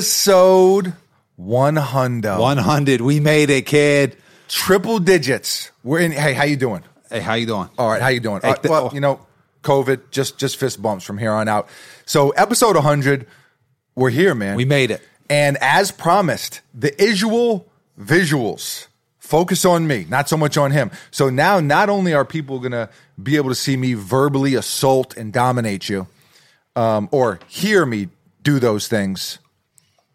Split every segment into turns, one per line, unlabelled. Episode one hundo.
One hundred. We made it, kid.
Triple digits. We're in. Hey, how you doing?
Hey, how you doing?
All right, how you doing? All right,
th-
well, you know, COVID, just just fist bumps from here on out. So episode 100, we're here, man.
We made it.
and as promised, the usual visuals focus on me, not so much on him. So now, not only are people gonna be able to see me verbally assault and dominate you, um, or hear me do those things.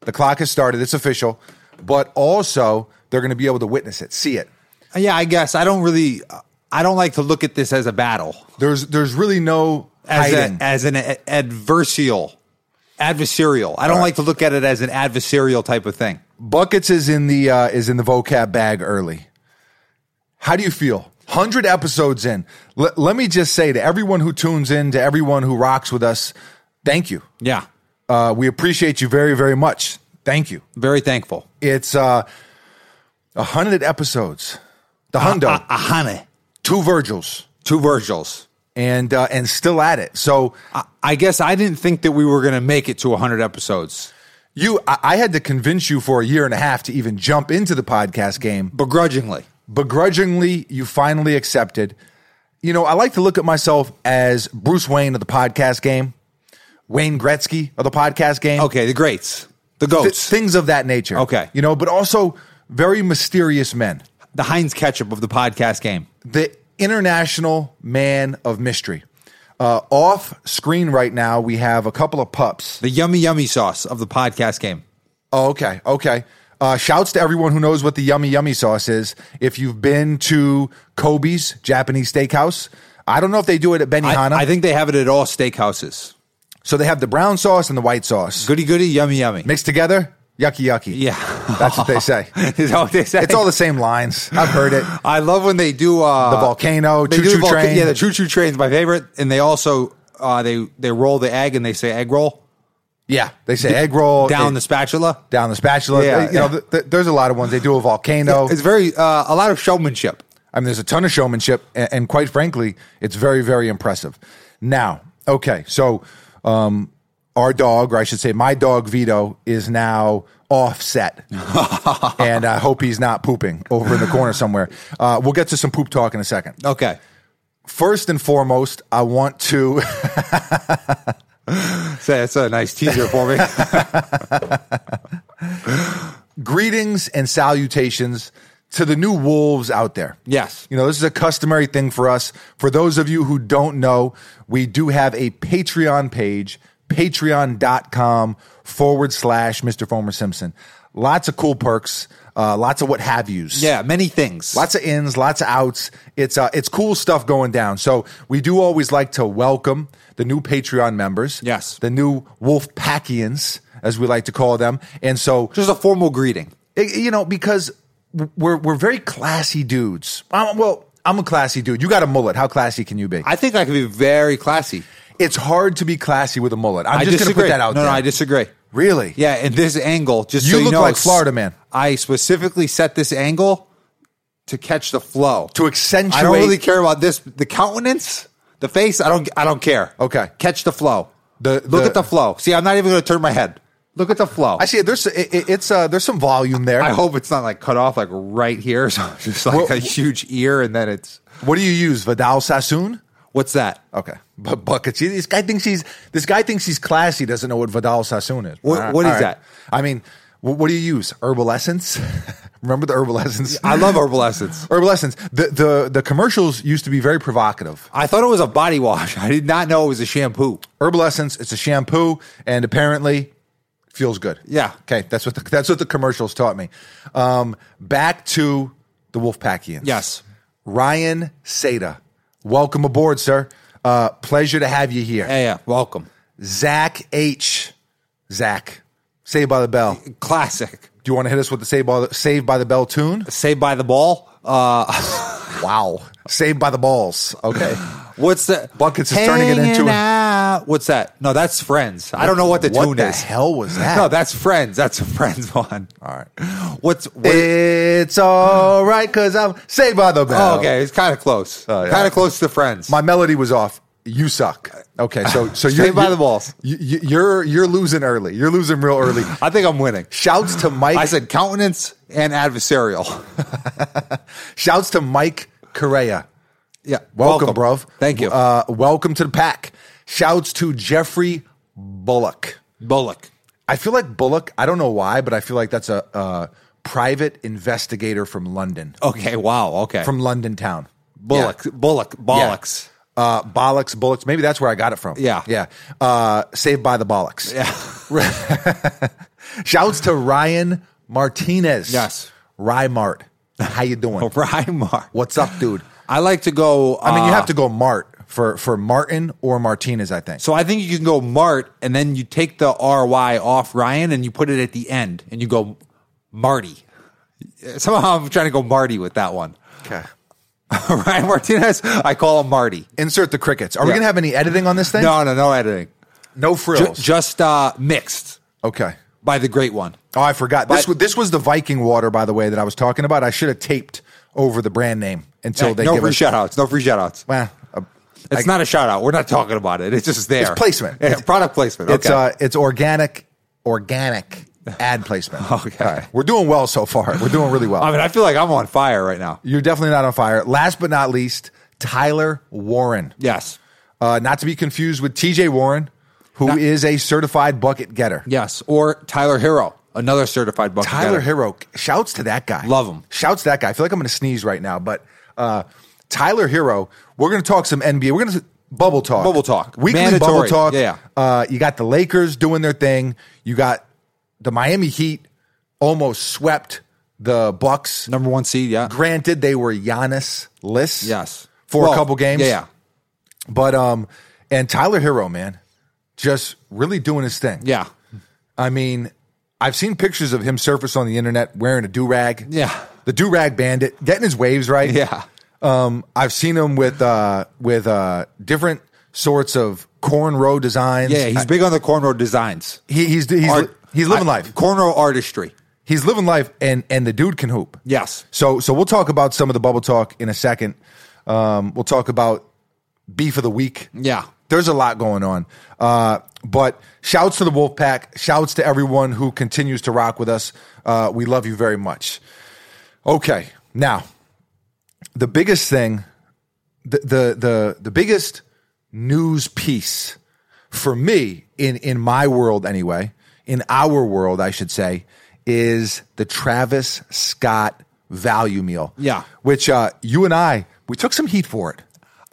The clock has started. It's official, but also they're gonna be able to witness it, see it.
Yeah, I guess I don't really. I don't like to look at this as a battle,
There's there's really no
as
hiding.
a, as an a- adversarial, adversarial. I don't like to look at it as an adversarial type of thing.
Buckets is in the uh, is in the vocab bag early. How do you feel? Hundred episodes in. Let- let me just say to everyone who tunes in, to everyone who rocks with us, thank you.
Yeah,
Uh, we appreciate you very very much. Thank you.
very thankful.
It's uh, hundred episodes. The Hundo,
A honey,
two Virgils,
two Virgils.
and uh, and still at it. So
I, I guess I didn't think that we were going to make it to hundred episodes.
you, I, I had to convince you for a year and a half to even jump into the podcast game.
Begrudgingly,
begrudgingly you finally accepted you know i like to look at myself as bruce wayne of the podcast game wayne gretzky of the podcast game
okay. The greats, the
Th-
Oh, goats,
things of that nature
Okay.
you know but also very mysterious men
the Heinz ketchup of the podcast game.
the international man of mystery uh, off screen right now we have a couple of pups
The yummy yummy sauce of the podcast game.
oh, okay okay uh, shouts to everyone who knows what the yummy yummy sauce is if you've been to kobe's japanese steakhouse I don't know if they do it at Benihana.
I, I think they have it at all steakhouses.
So they have the brown sauce and the white sauce
Goody goody, yummy yummy.
mixed together. Yucky, yucky.
Yeah.
that's what they say.
Is that what they say?
It's all the same lines. I've heard it.
I love when they do uh,
The volcano,
they
choo
do
choo
the volca-
train.
Yeah, the choo choo train's my favorite, and they also uh, they they roll the egg and they say egg roll
yeah, they say egg roll
down
it-
the spatula.
down the spatula.
Yeah,
They- you know,
yeah.
th- th- there's a lot of ones. They do a volcano.
It's very uh, a lot of showmanship.
I mean, there's a ton of showmanship, and, and quite frankly, it's very, very impressive. Now, okay, so um, our dog, or I should say, my dog Vito, is now offset, and I hope he's not pooping over in the corner somewhere. Uh, we'll get to some poop talk in a second.
Okay,
First and foremost, I want to.
so that's a nice teaser for me.
greetings and salutations to the new wolves out there.
Yes.
You know, this is a customary thing for us. For those of you who don't know, we do have a Patreon page, patreon.com forward slash Mr. Fomer Simpson. Lots of cool perks, uh, lots of what have yous.
yeah, many things.
Lots of ins, lots of outs. It's uh, it's cool stuff going down. So we do always like to welcome the new Patreon members.
Yes.
the new Wolfpackians, as we like to call them. And so
Just a formal greeting.
it- Eh, you know, because we're we're very classy dudes. Um, well, I'm a classy dude. You got a mullet. How classy can you be?
I think I could be very classy.
It's hard to be classy with a mullet. I'm just
I
going to
disagree.
put that out
no,
there.
no, I disagree.
really?
Yeah, and this angle, just
You
so you
look
know,
like Florida man.
I specifically set this angle to catch the flow.
To accentuate.
I don't really care about this. The countenance, the face. I don't. I don't care.
Okay.
catch the flow.
The-
look
the-
at the flow. See, I'm not even going to turn my head. Look at the flow.
I see. it. There's it, it- it's uh, there's some volume there.
I hope it's not like cut off like right here. So it's just like
Well-
a huge ear, and then it's
What do you use? Vidal Sassoon.
what's that?
Okay, but buckets. See, This guy thinks he's this guy thinks he's classy. Doesn't know what Vidal Sassoon is.
What-
All
what is
all
that?
I mean, wh- what do you use? Herbal essence. Remember the herbal essence?
I love herbal essence.
Herbal Essence. The the the commercials used to be very provocative.
I thought it was a body wash. I did not know it was a shampoo.
Herbal Essence, it's a shampoo, and apparently feels good.
Yeah.
Okay, that's what the, that's what the commercials taught me. Um, back to the Wolfpackians.
Yes.
Ryan Seda, welcome aboard, sir. Uh, pleasure to have you here.
Yeah, yeah. Welcome.
Zach H. Zach, Saved by the Bell. Do
Classic.
you want to hit us with the Saved by the, Saved by the Bell tune?
Saved by the ball. Uh,
Wow. Saved by the Balls. Okay.
what's that?
Buckets is turning it into a-
a. What's that? No, that's Friends. I don't know what the
what
tune
the
is.
hell was that?
No, that's Friends. That's a Friends one.
All right.
What's what,
It's all right because I'm saved by the bell.
oh, okay? It's kind of close.
Oh, uh, yeah.
Kind of close to Friends.
My melody was off. you suck. Okay, so so
Stay
you're
by
you're-
the balls.
You, you- you're you're losing early. You're losing real early.
I think I'm winning.
Shouts to Mike.
I said countenance and adversarial.
Shouts to Mike Correa.
Yeah.
Welcome, bruv.
Thank you.
Uh, welcome to the pack. Shouts to Jeffrey Bullock.
Bullock.
I feel like Bullock. I don't know why, but I feel like that's a, a private investigator from London,
Okay. Wow. Okay.
from London town.
Bullock. Bullock. Bollocks.
Uh, bollocks, bullocks. Maybe that's where I got it from.
Yeah.
yeah. Uh, saved by the bollocks. Shouts to Ryan Martinez.
Yes.
Rymart. How you doing?
Rymar.
What's up, dude?
I like to go.
I mean, you
uh,
have to go Mart for for Martin or Martinez. I think.
So I think you can go Mart, and then you take the RY off Ryan, and you put it at the end, and you go Marty. Somehow I'm trying to go Marty with that one.
Okay.
Ryan Martinez, I call him Marty.
Insert the crickets. Are we
Yeah.
gonna have any editing on this thing?
No, no, no editing.
No
Ju-
frills.
just uh, mixed
okay.
by the great one.
Oh, I forgot. This
But-
was this was the Viking water, by the way, that I was talking about. I should have taped over the brand name until
Hey,
they
no
give
free
us.
shout outs. No free shout outs.
Well, uh,
It's not a shout out. We're not talking about it. It's just there.
It's placement.
Yeah,
It's-
product placement.
it's
okay.
uh, it's organic, organic ad placement.
Okay.
All right. we're doing well so far. We're doing really well.
I mean, I feel like I'm on fire right now.
You're definitely not on fire. Last but not least, Tyler Warren.
Yes.
Uh, not to be confused with TJ Warren, who is
Not-
a certified bucket getter.
Yes. Or Tyler Hero, another certified bucket.
Tyler
getter.
Hero, shouts to that guy.
Love him.
Shouts to that guy. I feel like I'm going to sneeze right now, but uh, Tyler Hero, we're going to talk some NBA. We're going to bubble talk.
Bubble talk.
Weekly
Mandatory.
bubble talk.
Yeah.
Uh, you got the Lakers doing their thing. You got the Miami Heat almost swept the Bucks.
Number one seed. Yeah.
Granted, they were Giannis less.
Yes.
For
Well,
a couple games.
Yeah. yeah.
But um, and Tyler Hero, man, just really doing his thing.
Yeah.
I mean, I've seen pictures of him surface on the internet wearing a do rag.
Yeah.
the do rag bandit, getting his waves right.
Yeah.
Um, I've seen him with uh with uh different sorts of cornrow designs.
Yeah, he's
I-
big on the cornrow designs.
he, he's he's
Art-
he's living
I-
life.
Cornrow artistry.
He's living life, and and the dude can hoop.
Yes.
So so we'll talk about some of the bubble talk in a second. Um, we'll talk about beef of the week.
Yeah.
There's a lot going on. Uh, but shouts to the Wolfpack. Shouts to everyone who continues to rock with us. Uh, we love you very much. Okay, now the biggest thing, the the the, the biggest news piece for me in in my world anyway, in our world, I should say, is the Travis Scott value meal.
Yeah.
which uh, you and I we took some heat for it.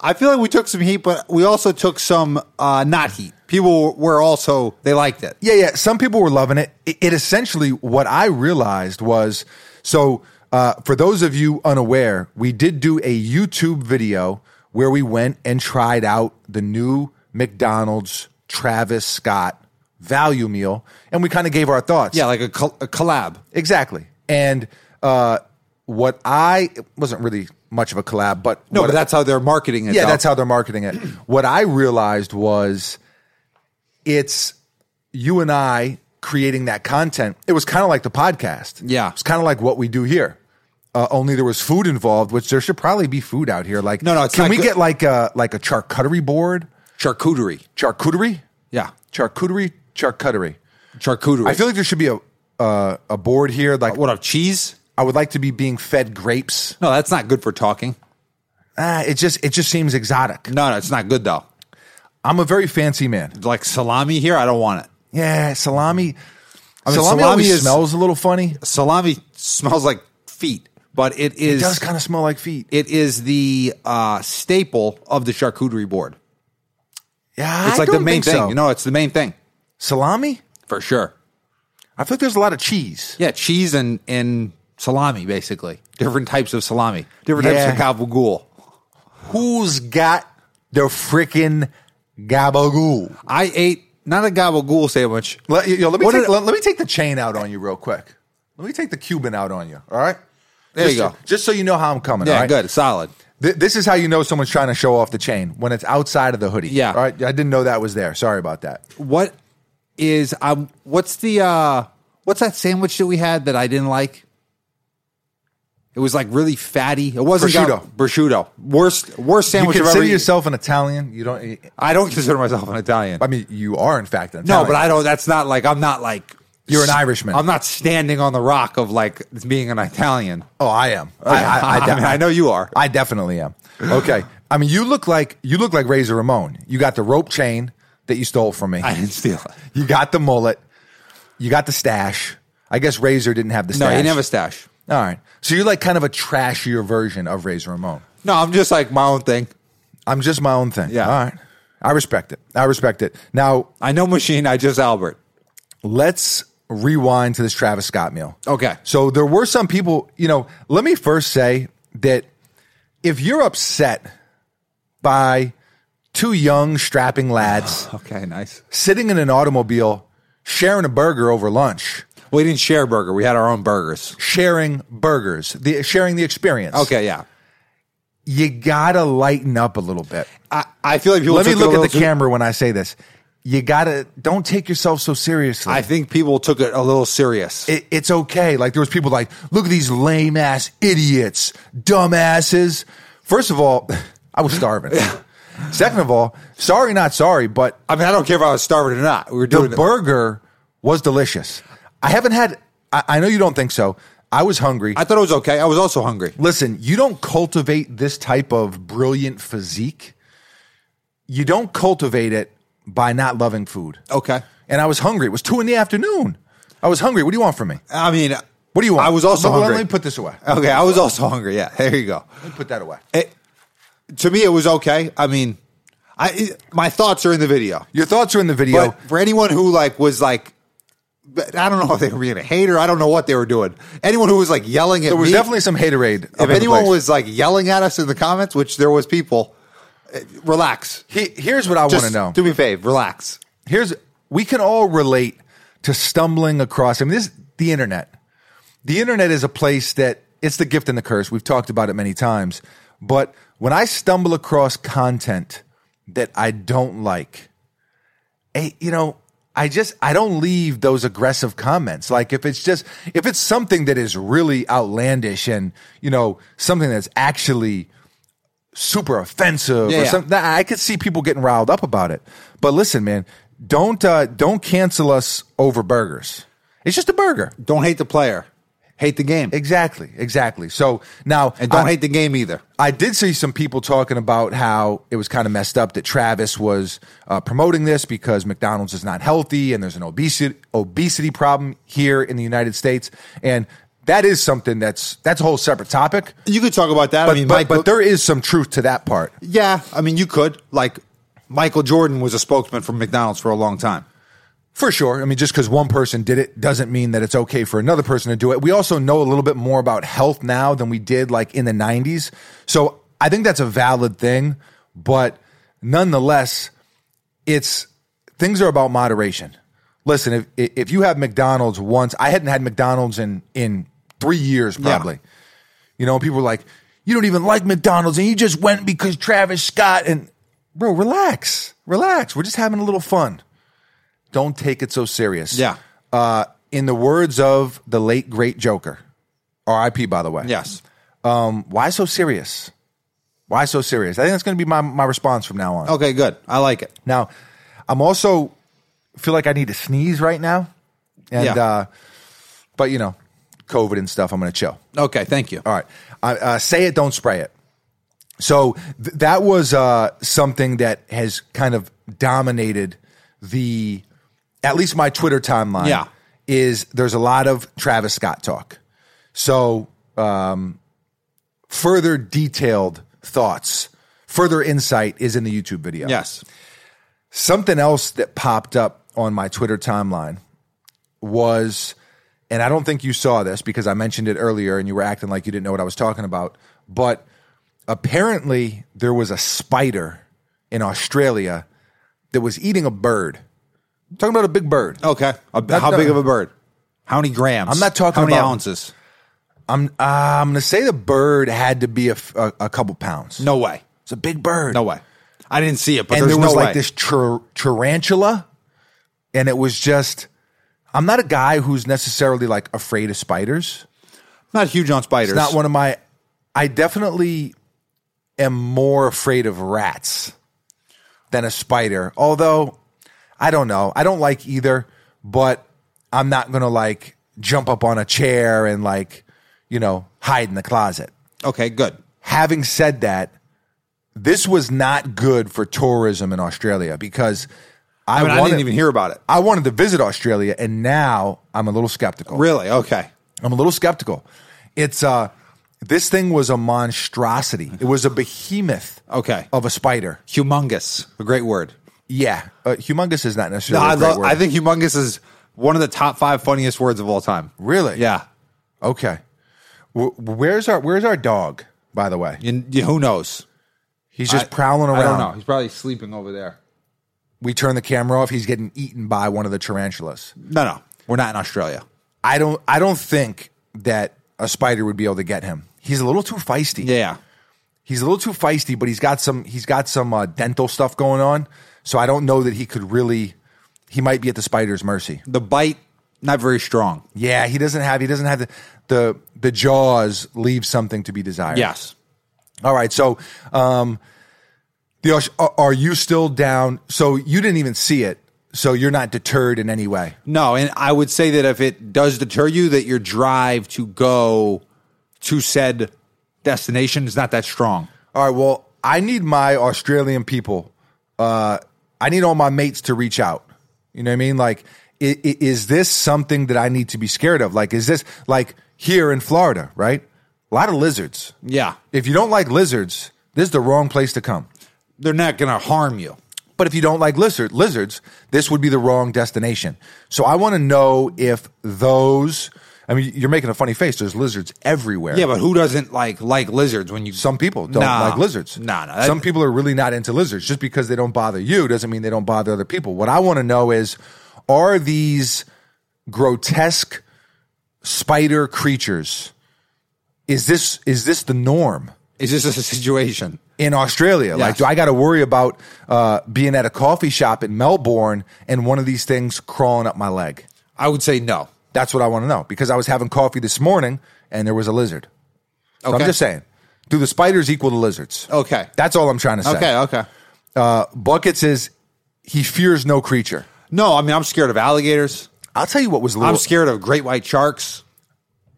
I feel like we took some heat, but we also took some uh, not heat. People were also they liked it.
Yeah, yeah. Some people were loving it. It, it essentially what I realized was so. Uh, for those of you unaware, we did do a YouTube video where we went and tried out the new McDonald's Travis Scott value meal, and we kind of gave our thoughts.
Yeah, like a, col- a collab.
exactly. And uh, what I it wasn't really much of a collab, but
No,
what
but that's how they're marketing it.
yeah,
though.
that's how they're marketing it. What I realized was it's you and I creating that content. It was kind of like the podcast.
Yeah.
It's kind of like what we do here. Uh, only there was food involved, which there should probably be food out here. Like
No, no, it's
can
not
we
good.
get like a like a charcuterie board?
charcuterie.
Charcuterie,
Yeah,
charcuterie, charcuterie.
charcuterie.
I feel like there should be a uh, a board here. Like
what up cheese?
I would like to be being fed grapes.
No, that's not good for talking.
Ah, it just it just seems exotic.
No, no, it's not good though.
I'm a very fancy man.
Like salami here, I don't want it.
Yeah, salami.
I mean,
salami,
salami
always
is-
smells a little funny.
Salami smells like feet, but it
It
is
does kind of smell like feet.
it is the uh, staple of the charcuterie board.
Yeah,
It's
I
like the
don't
main
think
thing.
so.
You know, it's the main thing
salami.
for sure.
I feel like there's a lot of cheese.
Yeah, cheese and and salami basically. Different types of salami. Different
Yeah.
types of gabagool.
Who's got the freaking gabagool?
I ate not a gabagool sandwich.
Let, yo, let me
What
take,
did-
let, let me take the chain out on you real quick. Let me take the Cuban out on you. All right.
There you
Just-
go.
Just so you know how I'm coming.
Yeah,
all right?
good, solid.
Th- this is how you know someone's trying to show off the chain when it's outside of the hoodie.
Yeah.
All right. I didn't know that was there. Sorry about that.
What is um what's the uh what's that sandwich that we had that I didn't like? It It was like really fatty. It wasn't
Prosciutto.
prosciutto. Worst worst
You
sandwich I've
consider
ever. eaten.
yourself an Italian. You don't.
I don't consider myself an Italian.
I mean, you are in fact an
No,
Italian.
but I don't. That's not like I'm not like
You're an Irishman.
I'm not standing on the rock of like being an Italian.
Oh, I am.
I, mean, I know you are.
I definitely am. Okay. I mean, you look like you look like Razor Ramon. You got the rope chain that you stole from me.
I didn't steal it.
you got the mullet. You got the stash. I guess Razor didn't have the
No,
stash.
you never stash.
All right. So you're like kind of a trashier version of Razor Ramon.
No, I'm just like my own thing.
I'm just my own thing.
Yeah.
All right. I respect it. I respect it. Now
I know machine. I just Albert.
let's rewind to this Travis Scott meal.
Okay.
So there were some people, you know, let me first say that if you're upset by two young strapping lads
Okay, nice.
sitting in an automobile sharing a burger over lunch,
We didn't share burger. We had our own burgers.
sharing burgers, the sharing the experience.
Okay, yeah.
You got to lighten up a little bit.
I, I feel like people.
Let me
took it a
look at the
little too-
camera when I say this. You got to don't take yourself so seriously.
I think people took it a little serious.
it, it's okay. Like there was people like, look at these lame ass idiots, dumbasses. First of all, I was starving. Second of all, sorry, not sorry, but
I mean, I don't care if I was starving or not. We were
the
doing it.
burger was delicious. I haven't had. I, I know you don't think so. I was hungry.
I thought it was okay. I was also hungry.
Listen, you don't cultivate this type of brilliant physique. You don't cultivate it by not loving food.
Okay.
And I was hungry. It was two in the afternoon. I was hungry. What do you want from me?
I mean,
What do you want?
I was also
Let me-
hungry.
Let me put this away.
okay, I was also hungry. Yeah, there you go.
Let me put that away.
It, to me, it was okay. I mean, I it- my thoughts are in the video.
Your thoughts are in the video.
But for anyone who like was like, but I don't know if they were being a hater. I don't know what they were doing. Anyone who was like yelling at
there was
me,
definitely some haterade. up in
if
the
anyone
place.
was like yelling at us in the comments, which there was people, eh, relax.
He- here's what I want to
Just
know.
do me a favor, relax.
Here's we can all relate to stumbling across. I mean, this the internet. The internet is a place that it's the gift and the curse. We've talked about it many times, but when I stumble across content that I don't like, eh, you know, I just I don't leave those aggressive comments. Like if it's just if it's something that is really outlandish and you know something that's actually super offensive
Yeah,
or
yeah.
something, that I could see people getting riled up about it. But listen, man, don't uh, don't cancel us over burgers. It's just a burger.
Don't hate the player, hate the game,
Exactly, exactly. So now
and don't
I,
hate the game either.
I did see some people talking about how it was kind of messed up that Travis was uh, promoting this because McDonald's is not healthy and there's an obesity obesity problem here in the United States, and that is something that's that's a whole separate topic.
You could talk about that.
But
I mean,
but,
Mike,
but there is some truth to that part.
yeah, I mean, you could like Michael Jordan was a spokesman for McDonald's for a long time.
For sure. I mean, just because one person did it doesn't mean that it's okay for another person to do it. We also know a little bit more about health now than we did like in the 90s. So I think that's a valid thing. But nonetheless, it's things are about moderation. Listen, if, if you have McDonald's once, I hadn't had McDonald's in, in three years probably. You know, people were like, you don't even like McDonald's and you just went because Travis Scott and bro, relax, relax. We're just having a little fun don't take it so serious.
Yeah.
Uh, in the words of the late great Joker, R.I.P. By the way. Um,
Yes.
Why so serious? Why so serious? I think that's going to be my my response from now on.
Okay. Good. I like it.
Now, I'm also feel like I need to sneeze right now, and
Yeah.
uh, but you know, COVID and stuff. I'm going to chill.
Okay. Thank you.
All right. Uh, uh, say it, don't spray it. So th- that was uh, something that has kind of dominated the, at least my Twitter timeline.
Yeah.
Is there's a lot of Travis Scott talk. So um, further detailed thoughts, further insight is in the YouTube video.
Yes.
Something else that popped up on my Twitter timeline was, and I don't think you saw this because I mentioned it earlier and you were acting like you didn't know what I was talking about, but apparently there was a spider in Australia that was eating a bird. I'm talking about a big bird.
Okay. A-
Not-
how
no.
big of a bird? How many grams? I'm
not talking
how many
about-
ounces.
I'm, uh, I'm going to say the bird had to be a, f- a- a couple pounds.
No way.
It's a big bird.
No way. I didn't see it, but
and
there's
there was
no
like
way.
this tar- tarantula, and it was just. I'm not a guy who's necessarily like afraid of spiders,
not huge on spiders.
It's not one of my. I definitely am more afraid of rats than a spider. Although I don't know, I don't like either. But I'm not gonna like jump up on a chair and like you know hide in the closet.
okay, good.
Having said that, this was not good for tourism in Australia because I,
I, mean, I
wanted,
didn't even hear about it.
I wanted to visit Australia, and now I'm a little skeptical.
Really? Okay.
I'm a little skeptical. It's uh this thing was a monstrosity. It was a behemoth
Okay.
of a spider.
Humongous, a great word.
Yeah, uh, humongous is not necessarily.
I,
a great
love,
word.
I think humongous is one of the top five funniest words of all time.
Really?
Yeah.
Okay. W- where's our Where's our dog? By the way,
You, you- who knows?
he's just prowling around.
I don't know. He's probably sleeping over there.
We turn the camera off. He's getting eaten by one of the tarantulas.
No, no. We're not in Australia.
I don't. I don't think that a spider would be able to get him. He's a little too feisty.
Yeah.
he's a little too feisty, but he's got some he's got some uh, dental stuff going on. So I don't know that he could really. He might be at the spider's mercy.
The bite, not very strong.
Yeah, he doesn't have he doesn't have the the the jaws leave something to be desired.
Yes.
All right. So, um, the Aus- are- are you still down? So you didn't even see it. So you're not deterred in any way.
No, and I would say that if it does deter you, that your drive to go to said destination is not that strong.
All right. Well, I need my Australian people. Uh, I need all my mates to reach out. You know what I mean? Like, i i is this something that I need to be scared of? Like, is this like here in Florida? Right, a lot of lizards.
Yeah.
If you don't like lizards, this is the wrong place to come.
They're not going to harm you.
But if you don't like lizard, lizards, this would be the wrong destination. So I want to know if those. I mean, you're making a funny face. There's lizards everywhere.
Yeah, but who doesn't like like lizards when you
Some people don't
Nah.
like lizards.
Nah, nah, that-
Some people are really not into lizards. Just because they don't bother you doesn't mean they don't bother other people. What I want to know is are these grotesque spider creatures is this is this the norm
is this a situation?
in Australia? Like do I got to worry about uh, being at a coffee shop in Melbourne and one of these things crawling up my leg?
I would say no.
That's what I want to know because I was having coffee this morning and there was a lizard. So
Okay.
I'm just saying, do the spiders equal to lizards?
Okay.
That's all I'm trying to say.
Okay, okay.
Uh, Buckets is he fears no creature.
No, I mean I'm scared of alligators.
I'll tell you what was a little.
I'm scared of great white sharks.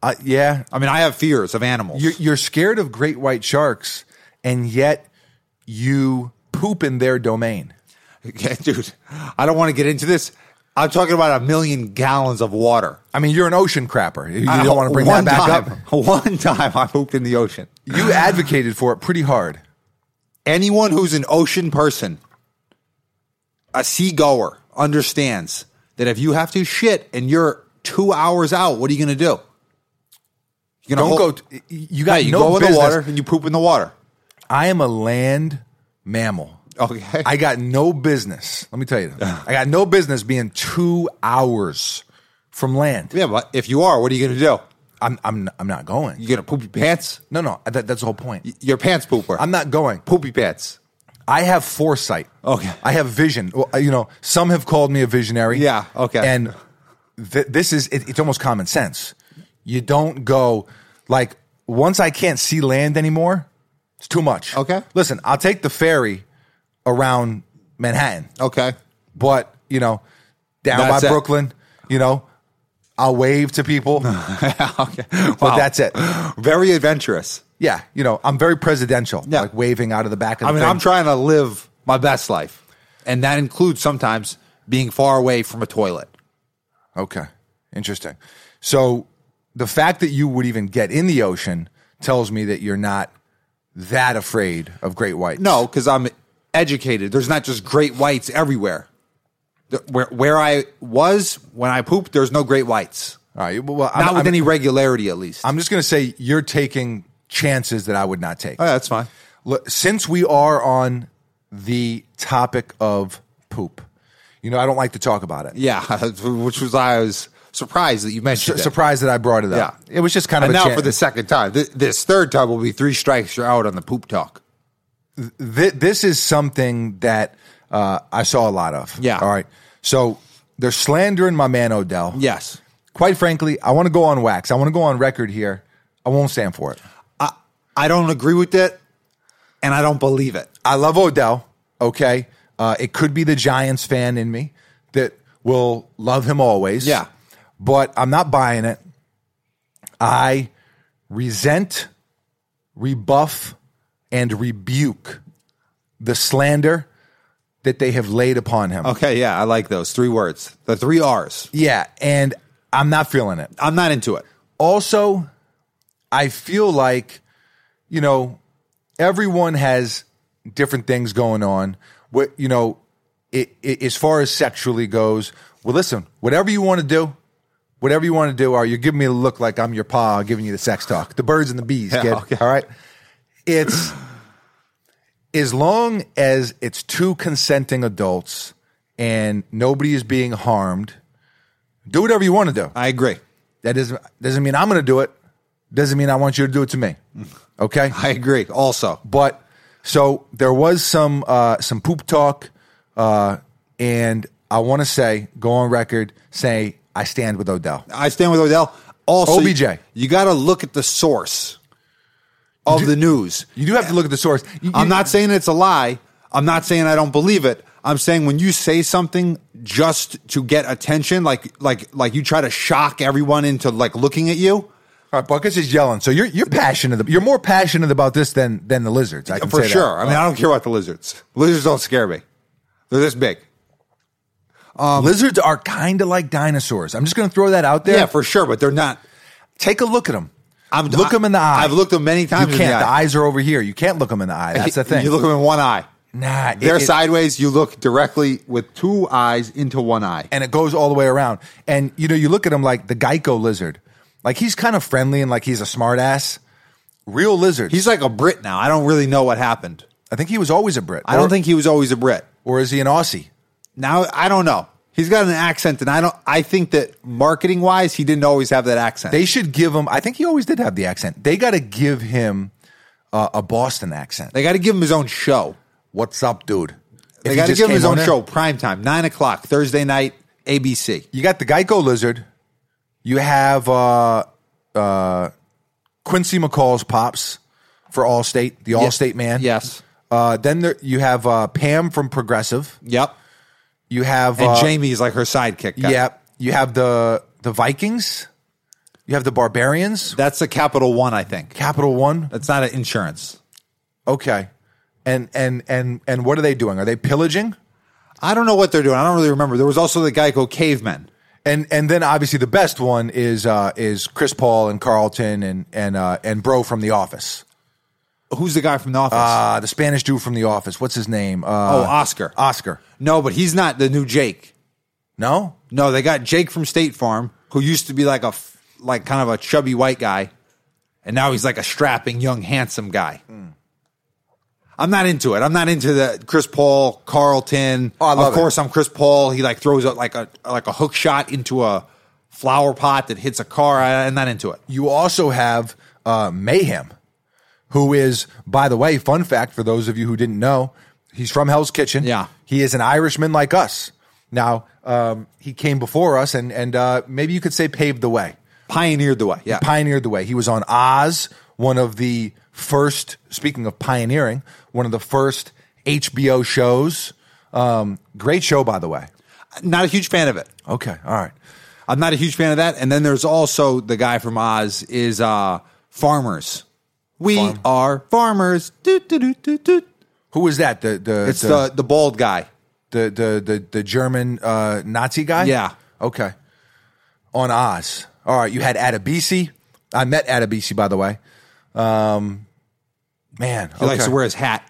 uh, yeah,
I mean, I have fears of animals.
you're, you're scared of great white sharks, and yet you poop in their domain.
Okay, dude, I don't want to get into this. I'm talking about a million gallons of water.
I mean, you're an ocean crapper. You, you don't want to bring that back up.
time, One time I pooped in the ocean.
You advocated for it pretty hard.
Anyone who's an ocean person, a seagoer, understands that if you have to shit and you're two hours out, what are you going to do? You're
Don't
gonna
go.
hold-
T- you got
Hey, you
no
go in
business.
the water and you poop in the water.
I am a land mammal.
Okay.
I got no business. Let me tell you, I got no business being two hours from land.
yeah, but if you are, what are you going to do?
I'm, I'm, I'm not going.
You going to poop your pants?
No, no, that, that's the whole point.
Your pants pooper.
I'm not going.
poopy pants.
I have foresight.
Okay.
I have vision. Well, uh, you know, some have called me a visionary.
Yeah, okay.
And th- this is, it, it's almost common sense. You don't go, like, once I can't see land anymore, it's too much.
Okay.
Listen, I'll take the ferry around Manhattan,
Okay.
but, you know, down
That's
by
it.
Brooklyn, you know, I'll wave to people,
okay.
but that's it.
very adventurous.
Yeah. You know, I'm very presidential,
Yeah.
like waving out of the back of the
I mean,
thing.
I'm trying to live my best life, and that includes sometimes being far away from a toilet.
Okay. Interesting. So the fact that you would even get in the ocean tells me that you're not that afraid of great whites.
No, because I'm educated. There's not just great whites everywhere. The- Where where I was when I pooped, there's no great whites.
All right. Well, I'm,
Not with
I'm-
any regularity, at least.
I'm just going to say you're taking chances that I would not take.
Oh, yeah, that's fine.
Look, since we are on the topic of poop, you know, I don't like to talk about it.
Yeah, which was I was surprised that you mentioned. it.
Surprised that I brought it up.
Yeah.
It was just kind of
and
a
now
chan-
for the second time, Th- this third time will be three strikes. You're out on the poop talk.
Th- this is something that uh, I saw a lot of.
Yeah.
All right. So they're slandering my man Odell.
Yes.
quite frankly, I want to go on wax. I want to go on record here I won't stand for it.
I, I don't agree with it, and I don't believe it.
I love Odell. Okay, uh, it could be the Giants fan in me that will love him always.
Yeah.
but I'm not buying it. I resent, rebuff, and rebuke the slander that they have laid upon him.
Okay, yeah, I like those three words, the three R's.
Yeah, and I'm not feeling it.
I'm not into it.
also i feel like you know everyone has different things going on what you know it, it, as far as sexually goes well listen whatever you want to do whatever you want to do or you're giving me a look like i'm your pa giving you the sex talk the birds and the bees
Yeah,
kid
okay.
all right it's as long as it's two consenting adults and nobody is being harmed do whatever you want to do
I agree.
that doesn't doesn't mean I'm going to do it. Doesn't mean I want you to do it to me. Okay,
I agree. Also,
but so there was some uh, some poop talk, uh, and I want to say go on record say I stand with Odell.
I stand with Odell. Also,
OBJ.
you, got to look at the source of the news.
You do have to look at the source. You-
I'm
you-
not saying it's a lie. I'm not saying I don't believe it. I'm saying when you say something just to get attention, like like like you try to shock everyone into like looking at you.
All right, Buckus is yelling. So you're you're passionate. You're more passionate about this than than the lizards. I can
for
say that.
sure. I mean, I don't care about the lizards. Lizards don't scare me. They're this big.
lizards are kind of like dinosaurs. I'm just going to throw that out there.
Yeah, for sure. But they're not.
Take a look at them.
I'm,
Look
I-
them in the eye.
I've looked them many
You
times.
can't.
in
The eyes are over here. You can't look them in the eye. That's the thing.
You look them in one eye.
nah, it-
They're
it-
sideways. You look directly with two eyes into one eye.
and it goes all the way around. And you know, you look at him like the Geico lizard. Like he's kind of friendly and like he's a smart ass. Real lizard.
He's like a Brit now. I don't really know what happened.
I think he was always a Brit.
I
Or-
don't think he was always a Brit.
or is he an Aussie?
Now I don't know. He's got an accent, and I don't. I think that marketing wise, he didn't always have that accent.
They should give him. I think he always did have the accent. They got to give him uh, a Boston accent.
they got to give him his own show.
What's up, dude? If
They
he
got to
just
give him
came
his
on
own
there-
show. Prime time, nine o'clock Thursday night, ABC.
You got the Geico lizard. You have uh, uh, Quincy McCall's pops for Allstate, the Allstate man.
Yes.
Uh, then there, you have uh, Pam from Progressive.
Yep.
You have
And
uh,
Jamie is like her sidekick. guy.
Yeah, you have the the Vikings, you have the Barbarians,
That's a Capital One, I think.
Capital One.
That's not an insurance.
Okay, and and and and what are they doing? Are they pillaging?
I don't know what they're doing. I don't really remember. There was also the Geico cavemen.
And and then obviously the best one is uh, is Chris Paul and Carlton and and uh, and Bro from The Office.
Who's the guy from the office?
Uh, the Spanish dude from The Office. What's his name? Uh,
oh, Oscar.
Oscar.
no, but he's not the new Jake.
No,
No, they got Jake from State Farm, who used to be like a f- like kind of a chubby white guy, and now he's like a strapping young handsome guy.
Hmm.
I'm not into it. I'm not into the Chris Paul Carlton.
Oh, I love
of course, I'm Chris Paul. He like throws out like a like a hook shot into a flower pot that hits a car. I, I'm not into it.
you also have uh, Mayhem, who is, by the way, fun fact for those of you who didn't know, he's from Hell's Kitchen.
Yeah.
he is an Irishman like us. Now um, he came before us, and and uh, maybe you could say paved the way,
Pioneered the way. Yeah.
pioneered the way. He was on Oz, one of the first. Speaking of pioneering, one of the first HBO shows. Um, great show, by the way.
not a huge fan of it.
Okay, all right.
I'm not a huge fan of that. And then there's also the guy from Oz is uh, farmers. We are farmers. Doot, doot, doot, doot, doot.
Who is that? The the
It's the, the bald guy.
the the the, the German uh, Nazi guy.
Yeah.
Okay. On Oz. All right. You had Adabisi. I met Adabisi by the way. Um, man,
He likes to wear his hat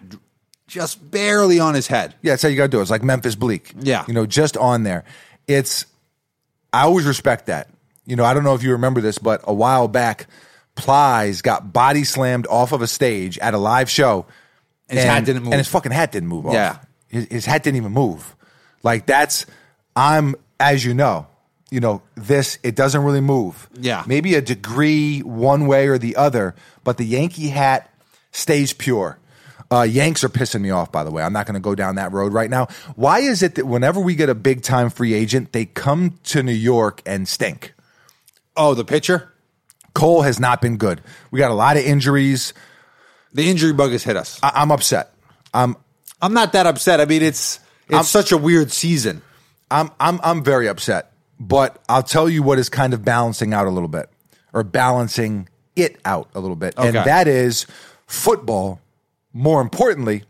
just barely on his head.
yeah, that's how you got to do it. It's like Memphis Bleak.
Yeah.
You know, just on there. It's, I always respect that. You know, I don't know if you remember this, but a while back, Plies got body slammed off of a stage at a live show. And
his hat didn't move.
And his fucking hat didn't move off.
Yeah.
His, his hat didn't even move. Like that's, I'm, as you know, you know, this, it doesn't really move.
Yeah.
Maybe a degree one way or the other, but the Yankee hat stays pure. Uh, Yanks are pissing me off, by the way. I'm not going to go down that road right now. Why is it that whenever we get a big time free agent, they come to New York and stink?
Oh, the pitcher?
Cole has not been good. We got a lot of injuries.
The injury bug has hit us.
I- I'm upset. I'm
I'm not that upset. I mean, it's it's such a weird season.
I'm I'm I'm very upset. But I'll tell you what is kind of balancing out a little bit, or balancing it out a little bit, and
Okay.
that is football. More importantly,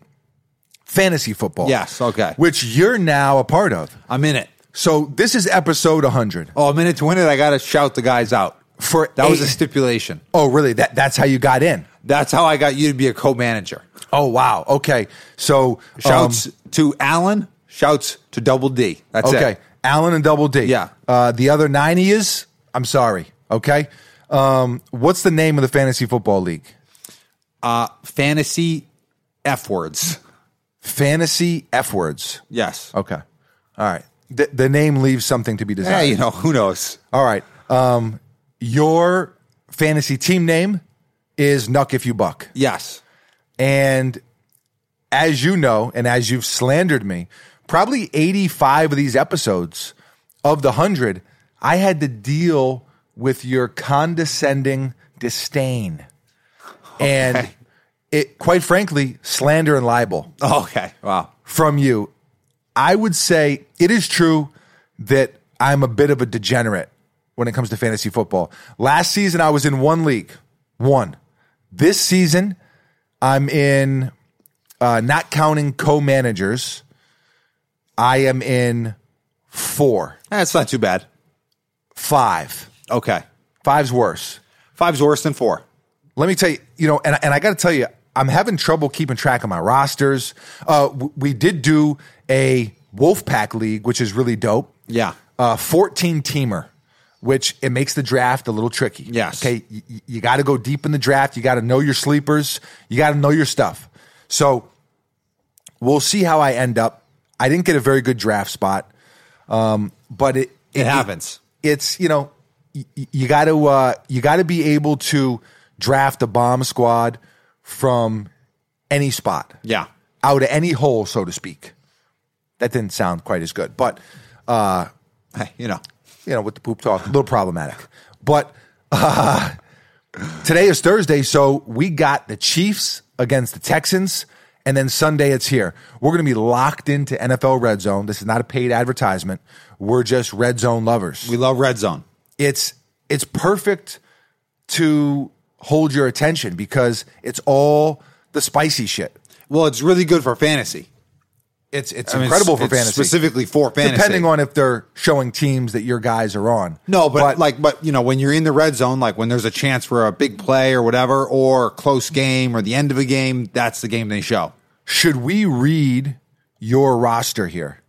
fantasy football.
Yes, okay.
Which you're now a part of.
I'm in it.
So this is episode 100.
Oh, I'm in it to win it. I got to shout the guys out.
For
That was
eight-
a stipulation.
oh really? That that's how you got in.
That's how I got you to be a co-manager.
Oh wow. Okay. So um,
Shouts to Alan. Shouts to Double D. That's
um, okay.
it.
Allen and Double D.
Yeah.
Uh, the other ninety is. I'm sorry. Okay. Um, what's the name of the fantasy football league?
Fantasy F words.
Fantasy F words.
Yes.
Okay. All right. The, the name leaves something to be
Yeah,
desired.
you know, who knows?
All right. Um, your fantasy team name is Nuck If You Buck.
Yes.
And as you know, and as you've slandered me, probably 85 of these episodes of the 100, I had to deal with your condescending disdain. And
Okay.
it, quite frankly, slander and libel
Oh, Okay. Wow.
from you, I would say it is true that I'm a bit of a degenerate when it comes to fantasy football. Last season, I was in one league, one. This season, I'm in, uh, not counting co managers, I am in four,
That's not too bad.
five.
Okay.
Five's worse.
Five's worse than four.
Let me tell you, you know, and, and I got to tell you, I'm having trouble keeping track of my rosters. Uh, w- we did do a Wolfpack League, which is really dope.
Yeah.
Uh, 14 teamer, which it makes the draft a little tricky.
Yes.
Okay. Y- y- you got to go deep in the draft. You got to know your sleepers. You got to know your stuff. So we'll see how I end up. I didn't get a very good draft spot, um, but it,
It happens.
it's you know y- y- you got to uh, you got to be able to draft a bomb squad from any spot
Yeah.
out of any hole so to speak that didn't sound quite as good but uh
Hey, you know.
you know with the poop talk a little problematic but uh today is thursday so we got the chiefs against the texans and then sunday it's here we're going to be locked into nfl red zone this is not a paid advertisement we're just red zone lovers
We love red zone.
it's it's perfect to hold your attention because it's all the spicy shit.
Well, it's really good for fantasy.
It's it's
I mean,
incredible
it's-
for
it's
fantasy,
Specifically for fantasy.
depending on if they're showing teams that your guys are on.
No, but, like, but you know, when you're in the red zone, like when there's a chance for a big play or whatever, or a close game or the end of a game, that's the game they show.
should we read your roster here?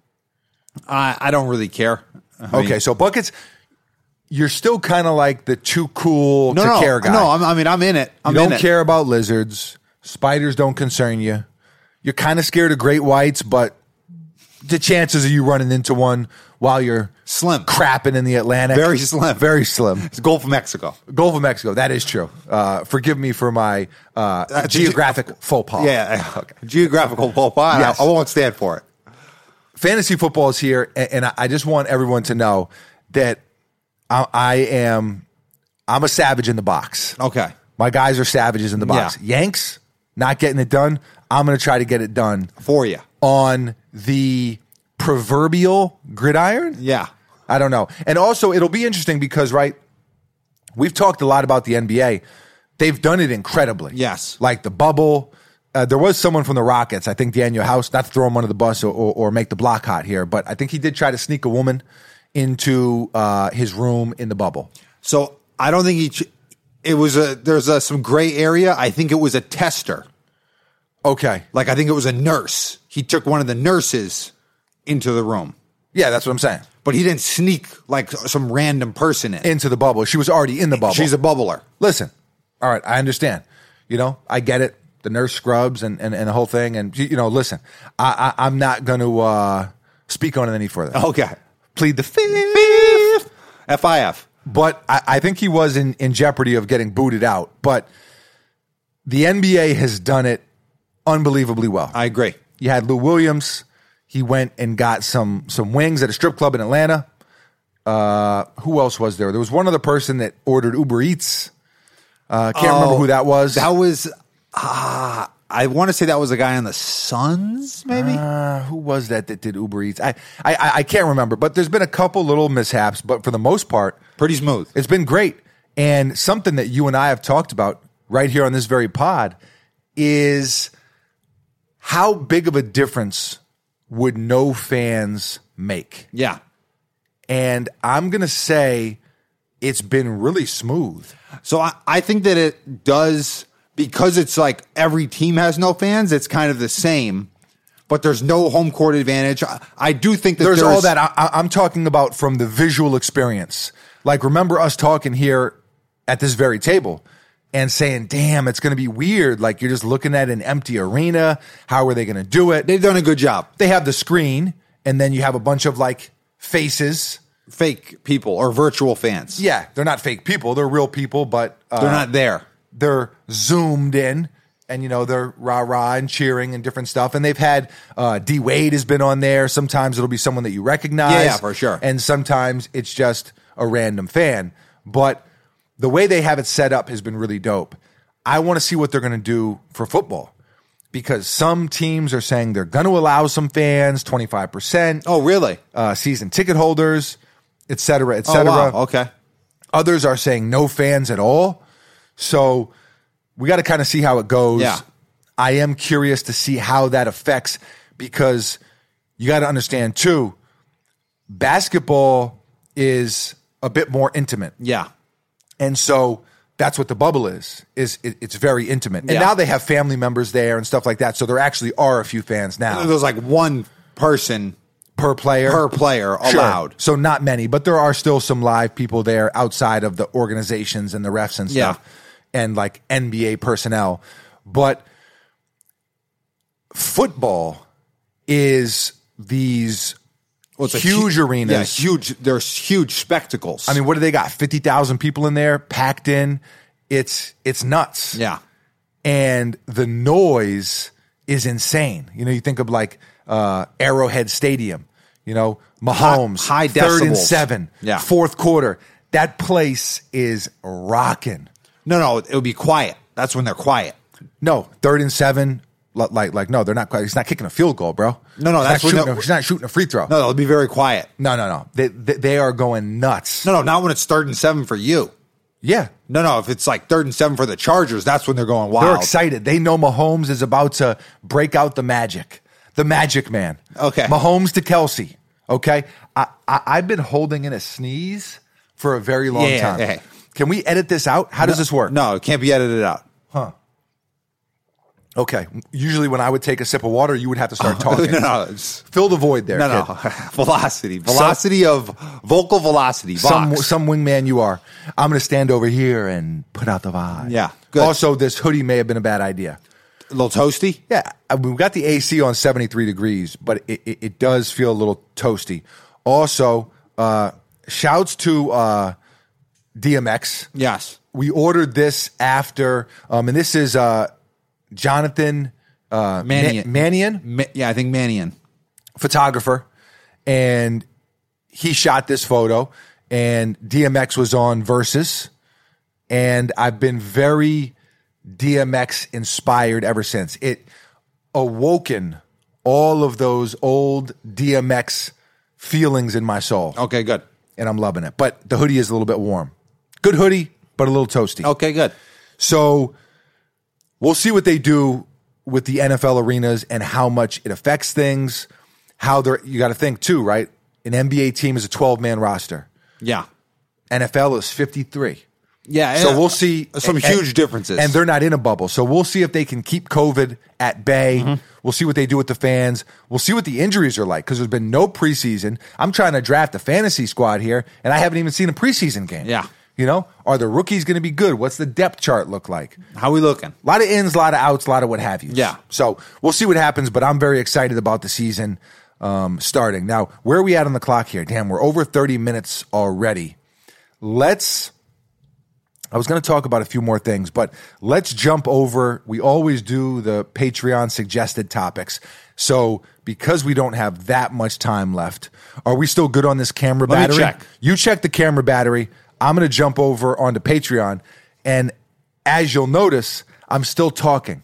I, I don't really care.
okay, so buckets, you're still kind of like the too cool
No,
to
no,
care guy.
no. I'm, I mean, I'm in it. I'm
you don't
in it.
care about lizards. Spiders don't concern you. You're kind of scared of great whites, but the chances of you running into one while you're
Slim.
crapping in the Atlantic.
Very slim.
Very slim.
It's Gulf of Mexico.
Gulf of Mexico. That is true. Uh, forgive me for my uh,
That's-
geographic faux pas.
Yeah. Okay. Geographical Gulf. I,
Yes.
I won't stand for it.
Fantasy football is here, and, and I- I just want everyone to know that I, I am. I'm a savage in the box.
Okay.
My guys are savages in the box. Yanks not getting it done. I'm going to try to get it done
For you.
on the proverbial gridiron.
Yeah.
I don't know. And also, it'll be interesting because, right, we've talked a lot about the NBA. They've done it incredibly.
Yes.
Like the bubble. Uh, there was someone from the Rockets, I think Daniel House, not to throw him under the bus or, or, or make the block hot here, but I think he did try to sneak a woman into uh, his room in the bubble.
So I don't think each. It was a. There's a, some gray area. I think it was a tester.
Okay.
Like I think it was a nurse. He took one of the nurses into the room,
Yeah, that's what I'm saying.
but he didn't sneak like some random person in.
Into the bubble. She was already in the bubble.
She's a bubbler.
listen, all right, I understand. You know, I get it. The nurse scrubs and, and, and the whole thing. And, you you know, listen, I, I, I'm not going to uh, speak on it any further.
Okay.
Plead the fifth.
FIF.
But I, I think he was in, in jeopardy of getting booted out. But the NBA has done it unbelievably well.
I agree.
You had Lou Williams. He went and got some some wings at a strip club in Atlanta. Uh, who else was there? There was one other person that ordered Uber Eats. Uh, can't remember who that was.
That was ah, I want to say that was a guy on the Suns, maybe.
Uh, who was that that did Uber Eats? I, I I I can't remember. But there's been a couple little mishaps, but for the most part,
Pretty smooth.
it's been great. And something that you and I have talked about right here on this very pod is how big of a difference would no fans make?
Yeah.
And I'm going to say it's been really smooth.
So I, I think that it does because it's like every team has no fans. It's kind of the same, but there's no home court advantage. I, I do think that
there's,
there's,
all that I, I- I'm talking about from the visual experience. Like, remember us talking here at this very table and saying, damn, it's going to be weird. Like, you're just looking at an empty arena. How are they going to do it?
They've done a good job.
They have the screen, and then you have a bunch of like faces.
Fake people or virtual fans.
Yeah, they're not fake people, they're real people, but uh,
They're not there.
they're zoomed in and you know they're rah rah and cheering and different stuff and they've had uh, d wade has been on there sometimes it'll be someone that you recognize
Yeah, yeah, for sure.
and sometimes it's just a random fan but the way they have it set up has been really dope i want to see what they're going to do for football because some teams are saying they're going to allow some fans 25%
Oh, really?
uh, season ticket holders et cetera et
Oh,
cetera
wow. Okay.
Others are saying no fans at all. So we got to kind of see how it goes.
Yeah.
I am curious to see how that affects because you got to understand too, basketball is a bit more intimate.
Yeah.
And so that's what the bubble is. Is it, it's very intimate. And
Yeah.
now they have family members there and stuff like that. So there actually are a few fans now
There's like one person
per player.
per player
Sure.
allowed.
So not many, but there are still some live people there outside of the organizations and the refs and stuff and like NBA personnel. But football is these
Well, it's a
huge
hu- Yeah,
arenas.
huge. There's huge spectacles.
I mean, what do they got? 50,000 people in there packed in. It's it's nuts.
yeah.
and the noise is insane. You know, you think of like uh, Arrowhead Stadium, you know, Mahomes,
High- high
third and
decibels.
seven,
Yeah.
fourth quarter. That place is rocking.
No, no. It would be quiet. That's when they're quiet.
No, third and seven, li- like like no, they're not quite. He's not kicking a field goal, bro.
No, no,
He's not
that's when
shooting.
the-
a, he's not shooting a free throw.
No, it'll be very quiet.
no, no, no. They, they they are going nuts.
No, no. Not when it's third and seven for you.
Yeah,
No, no. If it's like third and seven for the Chargers, that's when they're going wild.
They're excited. They know Mahomes is about to break out the magic, the magic man.
Okay.
Mahomes to Kelsey. Okay. I, I, I've been holding in a sneeze for a very long
Yeah,
time.
yeah.
Can we edit this out? How does this work?
No, it can't be edited out.
Okay. Usually, when I would take a sip of water, you would have to start talking.
no, no, it's,
Fill the void there.
no,
kid.
no. velocity, velocity of vocal velocity.
Some,
Vox.
some wingman you are. I'm going to stand over here and put out the vibe.
Yeah, good.
Also, this hoodie may have been a bad idea.
a little toasty.
Yeah, I mean, we got the AC on 73 degrees, but it, it, it does feel a little toasty. Also, uh, shouts to uh, DMX.
Yes.
We ordered this after, um, and this is uh, Jonathan uh,
Mannion.
Ma- Mannion,
Ma- yeah, I think Mannion.
photographer, and he shot this photo, and DMX was on Versus, and I've been very DMX inspired ever since. It awoken all of those old DMX feelings in my soul,
Okay, good.
and I'm loving it. But the hoodie is a little bit warm. Good hoodie, but a little toasty.
Okay, good.
So we'll see what they do with the NFL arenas and how much it affects things. How they're you got to think too, right? An NBA team is a 12 man roster.
Yeah.
NFL is 53.
Yeah.
So
yeah.
we'll see
some
and-
huge differences.
and they're not in a bubble. So we'll see if they can keep COVID at bay.
Mm-hmm.
We'll see what they do with the fans. We'll see what the injuries are like because there's been no preseason. I'm trying to draft a fantasy squad here, and I haven't even seen a preseason game.
Yeah.
you know, are the rookies going to be good? What's the depth chart look like?
how we looking?
A lot of ins, a lot of outs, a lot of what have you.
Yeah.
So we'll see what happens, but I'm very excited about the season um, starting. Now, where are we at on the clock here? Damn, we're over 30 minutes already. Let's. I was going to talk about a few more things, but let's jump over. We always do the Patreon suggested topics. So, because we don't have that much time left, are we still good on this camera
Let me
battery?
check.
You check the camera battery. I'm going to jump over onto Patreon. And as you'll notice, I'm still talking.